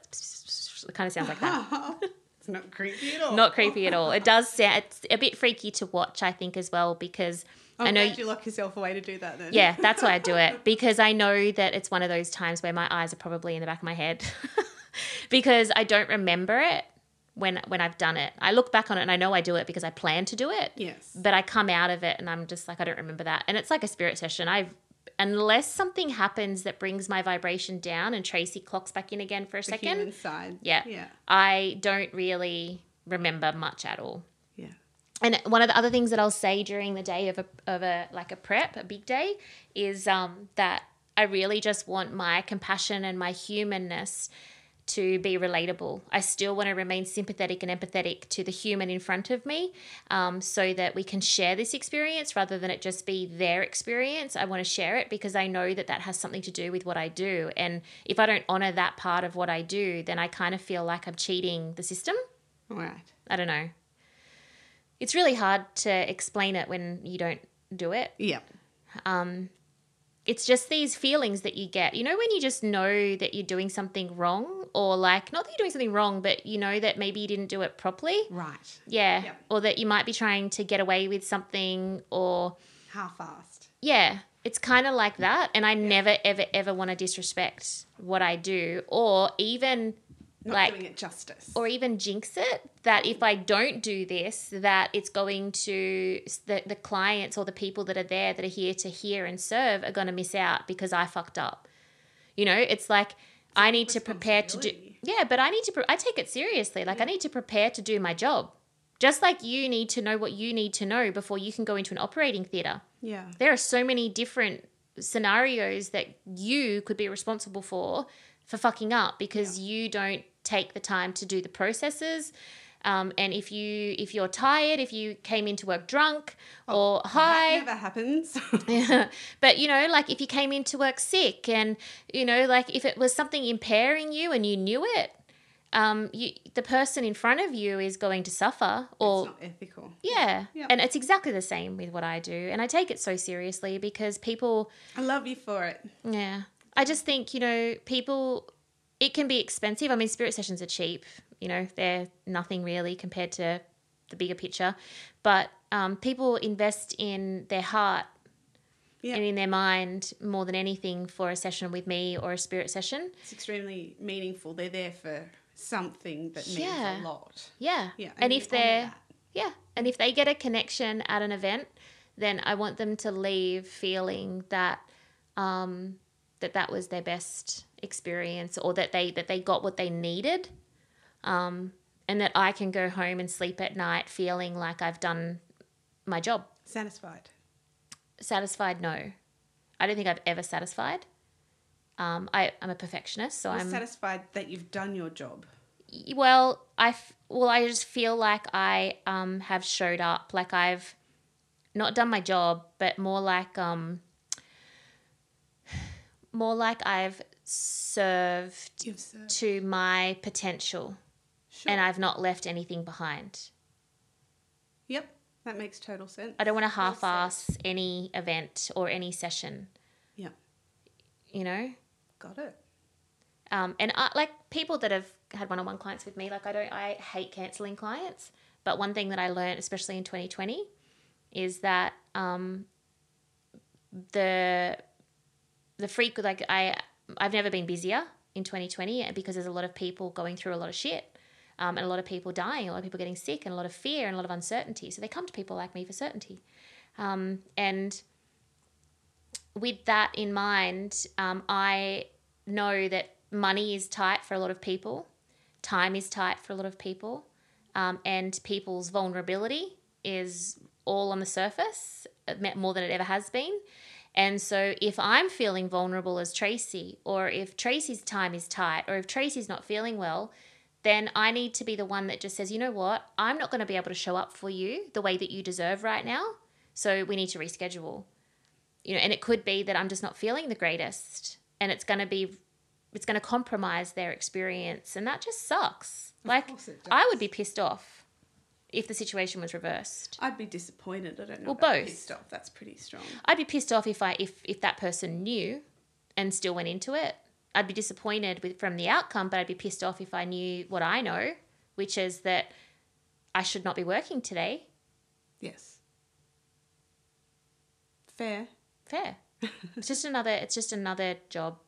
B: kind of sounds
A: *laughs*
B: like that.
A: It's not creepy at all.
B: Not creepy at all. It does sound it's a bit freaky to watch, I think, as well, because
A: I'm
B: I know.
A: glad you lock yourself away to do that then.
B: yeah, that's why I do it because I know that it's one of those times where my eyes are probably in the back of my head *laughs* because I don't remember it when when I've done it. I look back on it and I know I do it because I plan to do it.
A: Yes.
B: But I come out of it and I'm just like I don't remember that. And it's like a spirit session. I've unless something happens that brings my vibration down and Tracy clocks back in again for a
A: The
B: second,
A: human side.
B: Yeah.
A: Yeah.
B: I don't really remember much at all
A: Yeah.
B: and one of the other things that I'll say during the day of a of a like a prep, a big day, is um, that I really just want my compassion and my humanness to be relatable. I still want to remain sympathetic and empathetic to the human in front of me um, so that we can share this experience rather than it just be their experience. I want to share it because I know that that has something to do with what I do. And if I don't honor that part of what I do, then I kind of feel like I'm cheating the system.
A: All right.
B: I don't know. It's really hard to explain it when you don't do it.
A: Yep.
B: it's just these feelings that you get. You know, when you just know that you're doing something wrong, or like, not that you're doing something wrong, but you know that maybe you didn't do it properly.
A: Right.
B: Yeah.
A: Yep.
B: Or that you might be trying to get away with something, or
A: How fast?
B: yeah, it's kind of like that. And I never, ever, ever want to disrespect what I do, or even
A: Not
B: like,
A: doing it justice.
B: or even jinx it that if I don't do this, that it's going to the, the clients or the people that are there that are here to hear and serve are going to miss out because I fucked up. You know, it's like I need to prepare to do.
A: responsibility.
B: Yeah, but I need to. Pre- I take it seriously. Like I need to prepare to do my job, just like you need to know what you need to know before you can go into an operating theater.
A: yeah.
B: There are so many different scenarios that you could be responsible for for fucking up because you don't take the time to do the processes. Um, and if you if you're tired, if you came into work drunk or high,
A: That never happens. *laughs*
B: *laughs* but you know, like if you came into work sick, and you know, like if it was something impairing you and you knew it, um, you the person in front of you is going to suffer or
A: it's not ethical.
B: yeah.
A: Yeah.
B: And it's exactly the same with what I do. And I take it so seriously because people,
A: I love you for it.
B: yeah. I just think, you know, people, it can be expensive. I mean, spirit sessions are cheap, you know, they're nothing really compared to the bigger picture. But um, people invest in their heart
A: Yeah.
B: and in their mind more than anything for a session with me or a spirit session.
A: It's extremely meaningful. They're there for something that means
B: Yeah.
A: a lot.
B: Yeah.
A: Yeah,
B: And,
A: and you
B: if
A: honour
B: they're
A: that.
B: yeah, and if they get a connection at an event, then I want them to leave feeling that um that that was their best experience or that they that they got what they needed. Um and that I can go home and sleep at night feeling like I've done my job.
A: Satisfied.
B: Satisfied? No. I don't think I've ever satisfied. Um, I, I'm a perfectionist, so
A: You're
B: I'm
A: satisfied that you've done your job.
B: well i f- well i just feel like i um have showed up like i've not done my job but more like um more like i've served
A: You've served.
B: to my potential
A: Sure.
B: and i've not left anything behind
A: yep. That makes total sense.
B: i don't want to
A: Well said.
B: half-ass any event or any session
A: Yeah.
B: you know
A: Got it.
B: um, and I, like people that have had one-on-one clients with me like i don't i hate cancelling clients but one thing that i learned especially in 2020 is that um, the the freak like i i've never been busier in 2020 because there's a lot of people going through a lot of shit um, and a lot of people dying a lot of people getting sick and a lot of fear and a lot of uncertainty so they come to people like me for certainty um, and with that in mind, um, I know that money is tight for a lot of people, time is tight for a lot of people, um, and people's vulnerability is all on the surface, uh, me- more than it ever has been. And so, if I'm feeling vulnerable as Tracy, or if Tracy's time is tight, or if Tracy's not feeling well, then I need to be the one that just says, you know what, I'm not going to be able to show up for you the way that you deserve right now. So, we need to reschedule you know and it could be that i'm just not feeling the greatest and it's going to be it's going to compromise their experience and that just sucks like
A: course it
B: i would be pissed off if the situation was reversed
A: I'd be disappointed. I don't know.
B: Well,
A: about
B: both.
A: Pissed off. That's pretty strong.
B: i'd be pissed off if i if if that person knew and still went into it i'd be disappointed with from the outcome but i'd be pissed off if i knew what i know which is that i should not be working today
A: Yes. Fair.
B: fair. it's just another it's just another job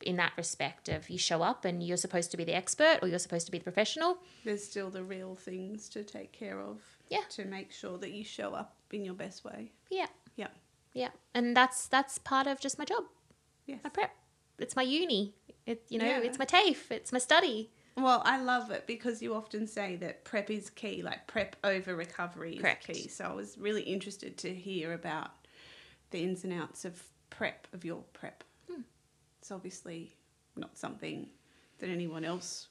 B: in that respect of you show up and you're supposed to be the expert or you're supposed to be the professional.
A: There's still the real things to take care of.
B: Yeah.
A: To make sure that you show up in your best way.
B: Yeah.
A: Yeah.
B: Yeah. And that's that's part of just my job.
A: Yes.
B: My prep. It's my uni. It you know,
A: Yeah.
B: it's my TAFE, it's my study.
A: Well, I love it because you often say that prep is key, like prep over recovery is
B: Correct.
A: key. So I was really interested to hear about the ins and
B: Hmm.
A: outs of prep, of your prep. It's obviously not something that anyone else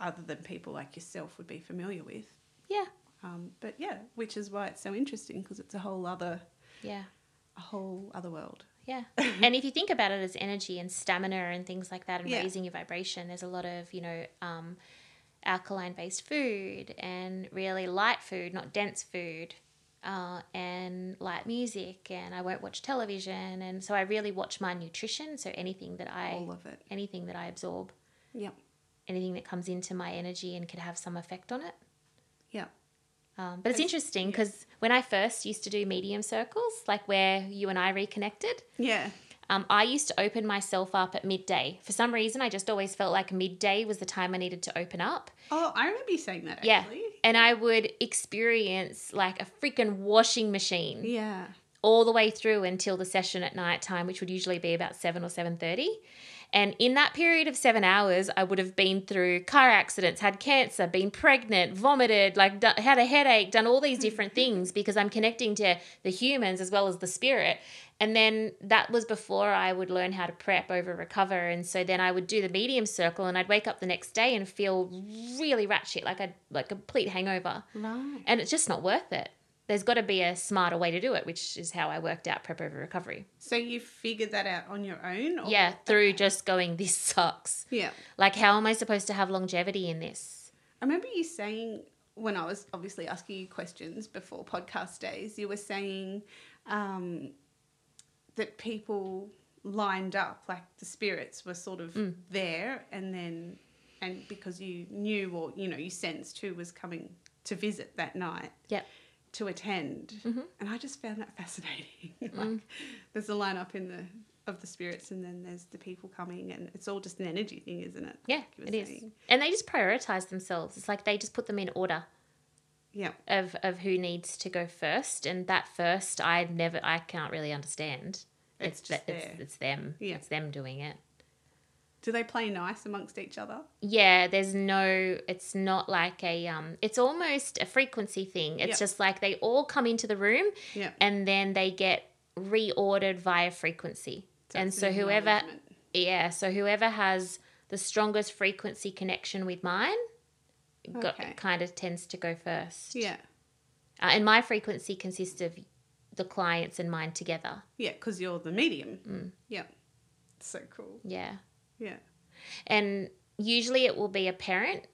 A: other than people like yourself would be familiar with.
B: Yeah.
A: Um, but yeah, which is why it's so interesting because it's a whole other
B: Yeah.
A: a whole other world.
B: Yeah. and if you think about it as energy and stamina and things like that and
A: Mm-hmm. Yeah.
B: raising your vibration, there's a lot of, you know, um, alkaline based food and really light food, not dense food, uh, and light music. And I won't watch television. And so I really watch my nutrition. So anything that I,
A: All of it.
B: anything that I absorb,
A: Yep.
B: anything that comes into my energy and could have some effect on it.
A: Yep.
B: Um, but it's interesting because when I first used to do medium circles, like where you and I reconnected,
A: Yeah.
B: um, I used to open myself up at midday. For some reason, I just always felt like midday was the time I needed to open up.
A: Oh, I remember you saying that
B: Yeah.
A: actually.
B: And I would experience like a freaking washing machine
A: Yeah.
B: all the way through until the session at night time, which would usually be about seven or seven thirty. And in that period of seven hours, I would have been through car accidents, had cancer, been pregnant, vomited, like done, had a headache, done all these different things because I'm connecting to the humans as well as the spirit. And then that was before I would learn how to prep over recover. And so then I would do the medium circle, and I'd wake up the next day and feel really ratchet, like a like a complete hangover
A: Right.
B: and it's just not worth it. There's got to be a smarter way to do it, which is how I worked out prep over recovery.
A: So you figured that out on your own? Or?
B: Yeah, through just going, this sucks.
A: Yeah.
B: Like, how am I supposed to have longevity in this?
A: I remember you saying when I was obviously asking you questions before podcast days, you were saying um, that people lined up, like the spirits were sort of there, and then, and because you knew or, you know, you sensed who was coming to visit that night
B: Yep.
A: to attend.
B: Mm-hmm.
A: And I just found that fascinating. *laughs* like,
B: Mm.
A: there's a lineup in the of the spirits, and then there's the people coming, and it's all just an energy thing, isn't it?
B: Yeah,
A: you were
B: it is.
A: saying.
B: And they just prioritize themselves. It's like they just put them in order
A: Yeah.
B: of, of who needs to go first. And that first, I never, I can't really understand.
A: It's just
B: the- it's,
A: there.
B: it's them.
A: Yeah.
B: It's them doing it.
A: Do they play nice amongst each other?
B: yeah there's no it's not like a um it's almost a frequency thing it's
A: Yep.
B: just like they all come into the room
A: Yeah.
B: and then they get reordered via frequency and
A: it's
B: so
A: an
B: whoever
A: acknowledgement.
B: yeah so whoever has the strongest frequency connection with mine go,
A: Okay.
B: kind of tends to go first
A: Yeah.
B: uh, and my frequency consists of the clients and mine together
A: Yeah, because you're the medium.
B: Mm.
A: Yeah. So cool.
B: yeah
A: Yeah.
B: and usually it will be a parent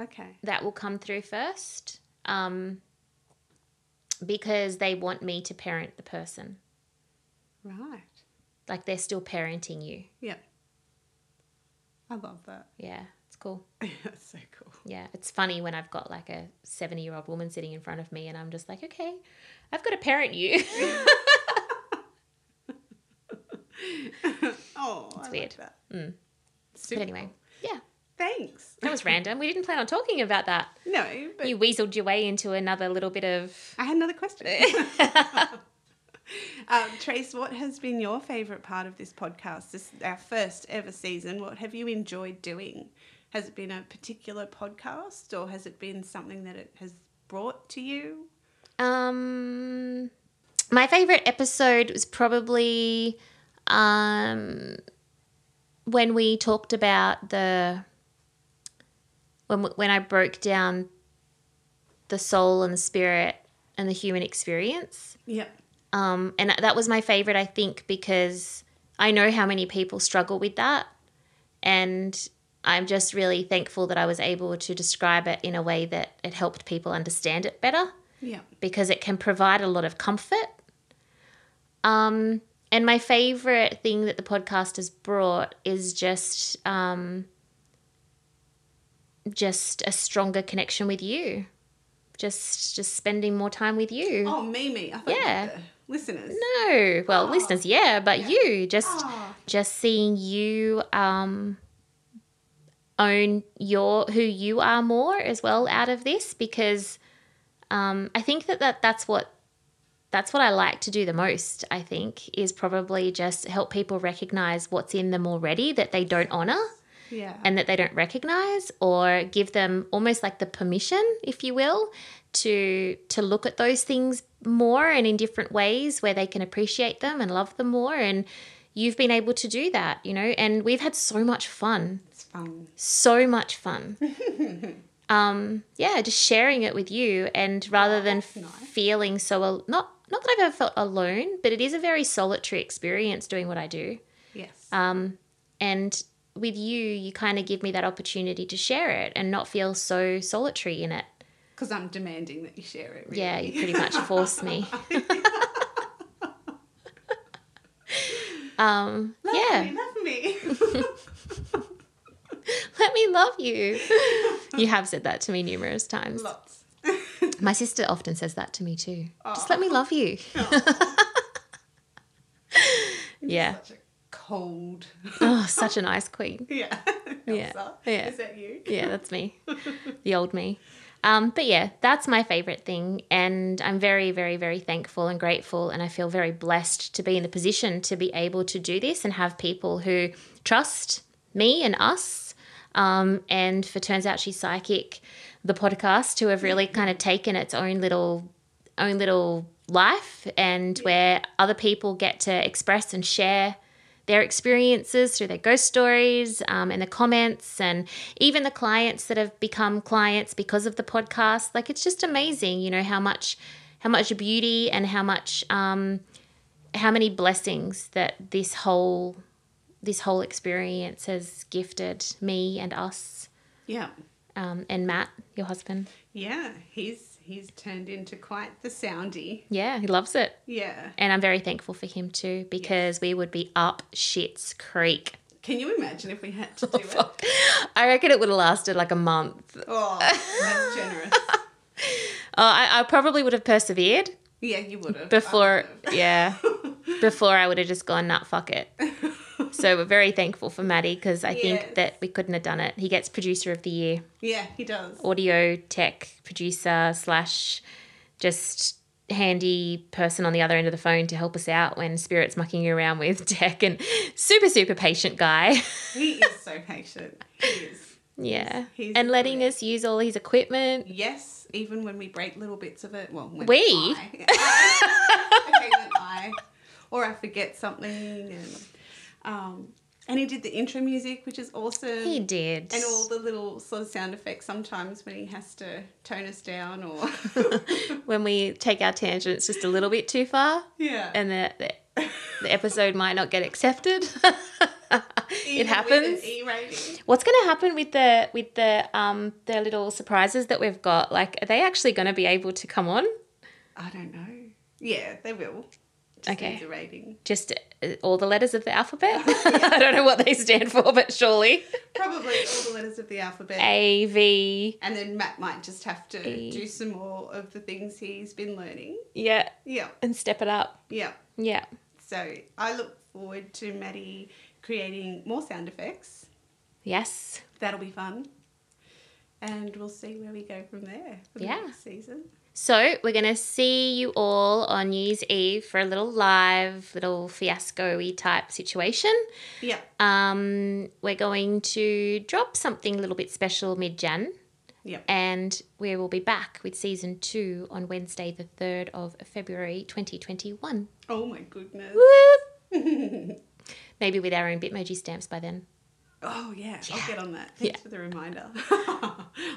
A: Okay.
B: that will come through first um, because they want me to parent the person.
A: Right.
B: Like they're still parenting you.
A: Yeah. I love that. *laughs*
B: Yeah, it's cool.
A: That's so cool. *laughs*
B: Yeah, it's funny when I've got like a 70 year old woman sitting in front of me and I'm just like, okay, I've got to parent you. *laughs*
A: Oh, I
B: weird.
A: like that.
B: Mm.
A: Super
B: but anyway,
A: cool.
B: yeah,
A: Thanks.
B: that was random. We didn't plan on talking about that.
A: No, but
B: You weaseled your way into another little bit of.
A: I had another
B: *laughs*
A: question. um, Trace, what has been your favourite part of this podcast? This our first ever season. What have you enjoyed doing? Has it been a particular podcast, or has it been something that it has brought to you?
B: Um, my favorite episode was probably um, when we talked about the when when I broke down the soul and the spirit and the human experience.
A: Yeah,
B: Um, and that was my favorite, I think, because I know how many people struggle with that, and I'm just really thankful that I was able to describe it in a way that it helped people understand it better
A: yeah,
B: because it can provide a lot of comfort. Um, and my favorite thing that the podcast has brought is just um, just a stronger connection with you. Just just spending more time with you.
A: Oh, Mimi, I thought yeah.
B: Yeah.
A: the listeners.
B: No, well, listeners, yeah, but you just
A: Ah,
B: just seeing you um own your who you are more as well out of this because um I think that, that that's what that's what I like to do the most I think is probably just help people recognize what's in them already that they don't honor
A: yeah,
B: and that they don't recognize or give them almost like the permission if you will to to look at those things more and in different ways where they can appreciate them and love them more and you've been able to do that, you know, and we've had so much fun,
A: It's fun.
B: so much fun. um, yeah, just sharing it with you, and rather than f- feeling so al- not not that I've ever felt alone, but it is a very solitary experience doing what I do.
A: Yes.
B: Um, and with you, you kind of give me that opportunity to share it and not feel so solitary in it.
A: Because I'm demanding that you share it. Really.
B: Yeah, you pretty much force me. um,
A: *laughs* Love
B: yeah,
A: me, love me.
B: *laughs* let me love you. You have said that to me numerous times.
A: Lots. *laughs*
B: My sister often says that to me too. Just let me love
A: *laughs*
B: you. *laughs* yeah.
A: Such a cold.
B: Oh, such an ice queen.
A: *laughs* Yeah.
B: Yeah,
A: Elsa,
B: yeah.
A: Is that you?
B: Yeah, that's me. The old me. Um, but yeah, that's my favorite thing. And I'm very, very, very thankful and grateful. And I feel very blessed to be in the position to be able to do this and have people who trust me and us. Um, and for Turns Out She's Psychic, the podcast, who have really kind of taken its own little own little life and where other people get to express and share their experiences through their ghost stories um, and the comments and even the clients that have become clients because of the podcast like it's just amazing you know how much how much beauty and how much um, how many blessings that this whole this whole experience has gifted me and us
A: Yeah.
B: um, and matt your husband
A: Yeah. He's he's turned into quite the soundy.
B: yeah he loves it
A: Yeah.
B: And I'm very thankful for him too because we would be up shit's creek.
A: Can you imagine if we had
B: *laughs*
A: to do it?
B: Oh, Fuck. I reckon it would have lasted like a month. Oh,
A: Oh, that's
B: *laughs*
A: generous.
B: Uh, I, I probably would have persevered
A: Yeah, you would have.
B: before,
A: Uh. *laughs*
B: yeah, before I would have just gone, nut, fuck it. So we're very thankful for Maddie because I
A: Yes.
B: think that we couldn't have done it. He gets producer of the year,
A: Yeah, he does.
B: audio tech producer slash just handy person on the other end of the phone to help us out when spirit's mucking you around with *laughs* tech and super, super patient guy. *laughs*
A: He is so patient. He is.
B: Yeah.
A: He's
B: and letting us use all his equipment.
A: Yes, even when we break little bits of it. Well, when
B: We?
A: I, *laughs* okay, when I, or I forget something, and um, and he did the intro music, which is awesome.
B: He did.
A: And all the little sort of sound effects sometimes when he has to tone us down
B: *laughs*
A: or
B: when we take our tangents just a little bit too far
A: yeah,
B: and the, the, the episode might not get accepted. *laughs* it
A: Even with
B: happens.
A: an E rating.
B: What's going to happen with the with the um the little surprises that we've got? Like are they actually going to be able to come on?
A: I don't know. Yeah, they will. Just
B: Okay.
A: needs a rating.
B: Just uh, all the letters of the alphabet? *laughs* I don't know what they stand for, but surely
A: Probably all the letters of the alphabet.
B: A V
A: And then Matt might just have to
B: E.
A: do some more of the things he's been learning.
B: yeah
A: Yeah,
B: and step it up.
A: yeah.
B: Yeah.
A: So I look forward to Maddie creating more sound effects.
B: Yes.
A: That'll be fun. And we'll see where we go from there for the
B: Yeah.
A: next season.
B: So we're gonna see you all on New Year's Eve for a little live, little fiasco-y type situation.
A: Yeah.
B: Um, we're going to drop something a little bit special mid-Jan,
A: Yeah.
B: and we will be back with season two on Wednesday, the third of February, twenty twenty-one.
A: Oh my goodness.
B: Maybe with our own Bitmoji stamps by then.
A: Oh yeah. I'll
B: Yeah.
A: get on that. Thanks
B: Yeah.
A: for the reminder. *laughs*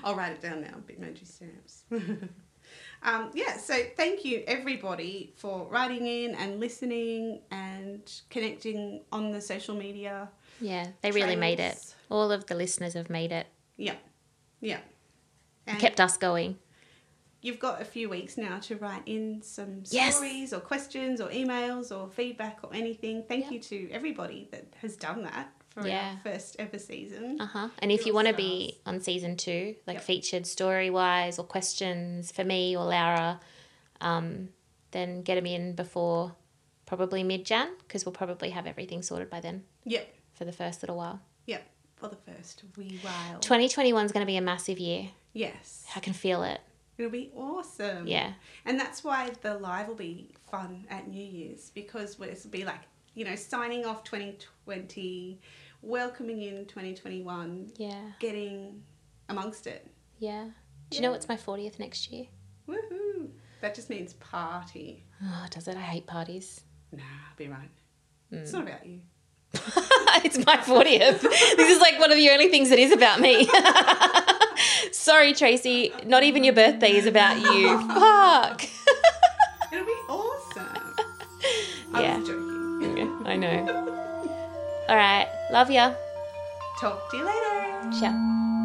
A: I'll write it down now. Bitmoji stamps. *laughs* um, yeah. So thank you everybody for writing in and listening and connecting on the social media.
B: Yeah, they really made it.
A: Trails.
B: All of the listeners have made it.
A: Yeah. Yeah.
B: It
A: And
B: kept us going.
A: you've got a few weeks now to write in some
B: Yes.
A: stories or questions or emails or feedback or anything. Thank
B: Yep.
A: you to everybody that has done that for
B: Yeah.
A: our first ever season.
B: Uh huh. And if
A: You're
B: you want to
A: stars.
B: be on season two, like
A: Yep.
B: featured story wise or questions for me or Laura, um, then get them in before probably mid Jan because we'll probably have everything sorted by then
A: Yep.
B: for the first little while.
A: Yep. For the first wee while.
B: 2021 is going to be a massive year.
A: yes.
B: I can feel it.
A: It'll be awesome.
B: Yeah.
A: And that's why the live will be fun at New Year's because this will be like, you know, signing off 2020, welcoming in 2021,
B: Yeah.
A: getting amongst it.
B: Yeah. Do you know what's my 40th next year?
A: Woohoo! That just means party.
B: Oh, does it? I hate parties.
A: Nah, be right.
B: Mm.
A: It's not about you.
B: *laughs* it's my 40th. This is like one of the only things that is about me. *laughs* Sorry, Tracy. Not even your birthday is about you. Fuck. *laughs*
A: It'll be awesome. I
B: Yeah.
A: was joking.
B: I know. All right. Love ya.
A: Talk to you later.
B: Ciao.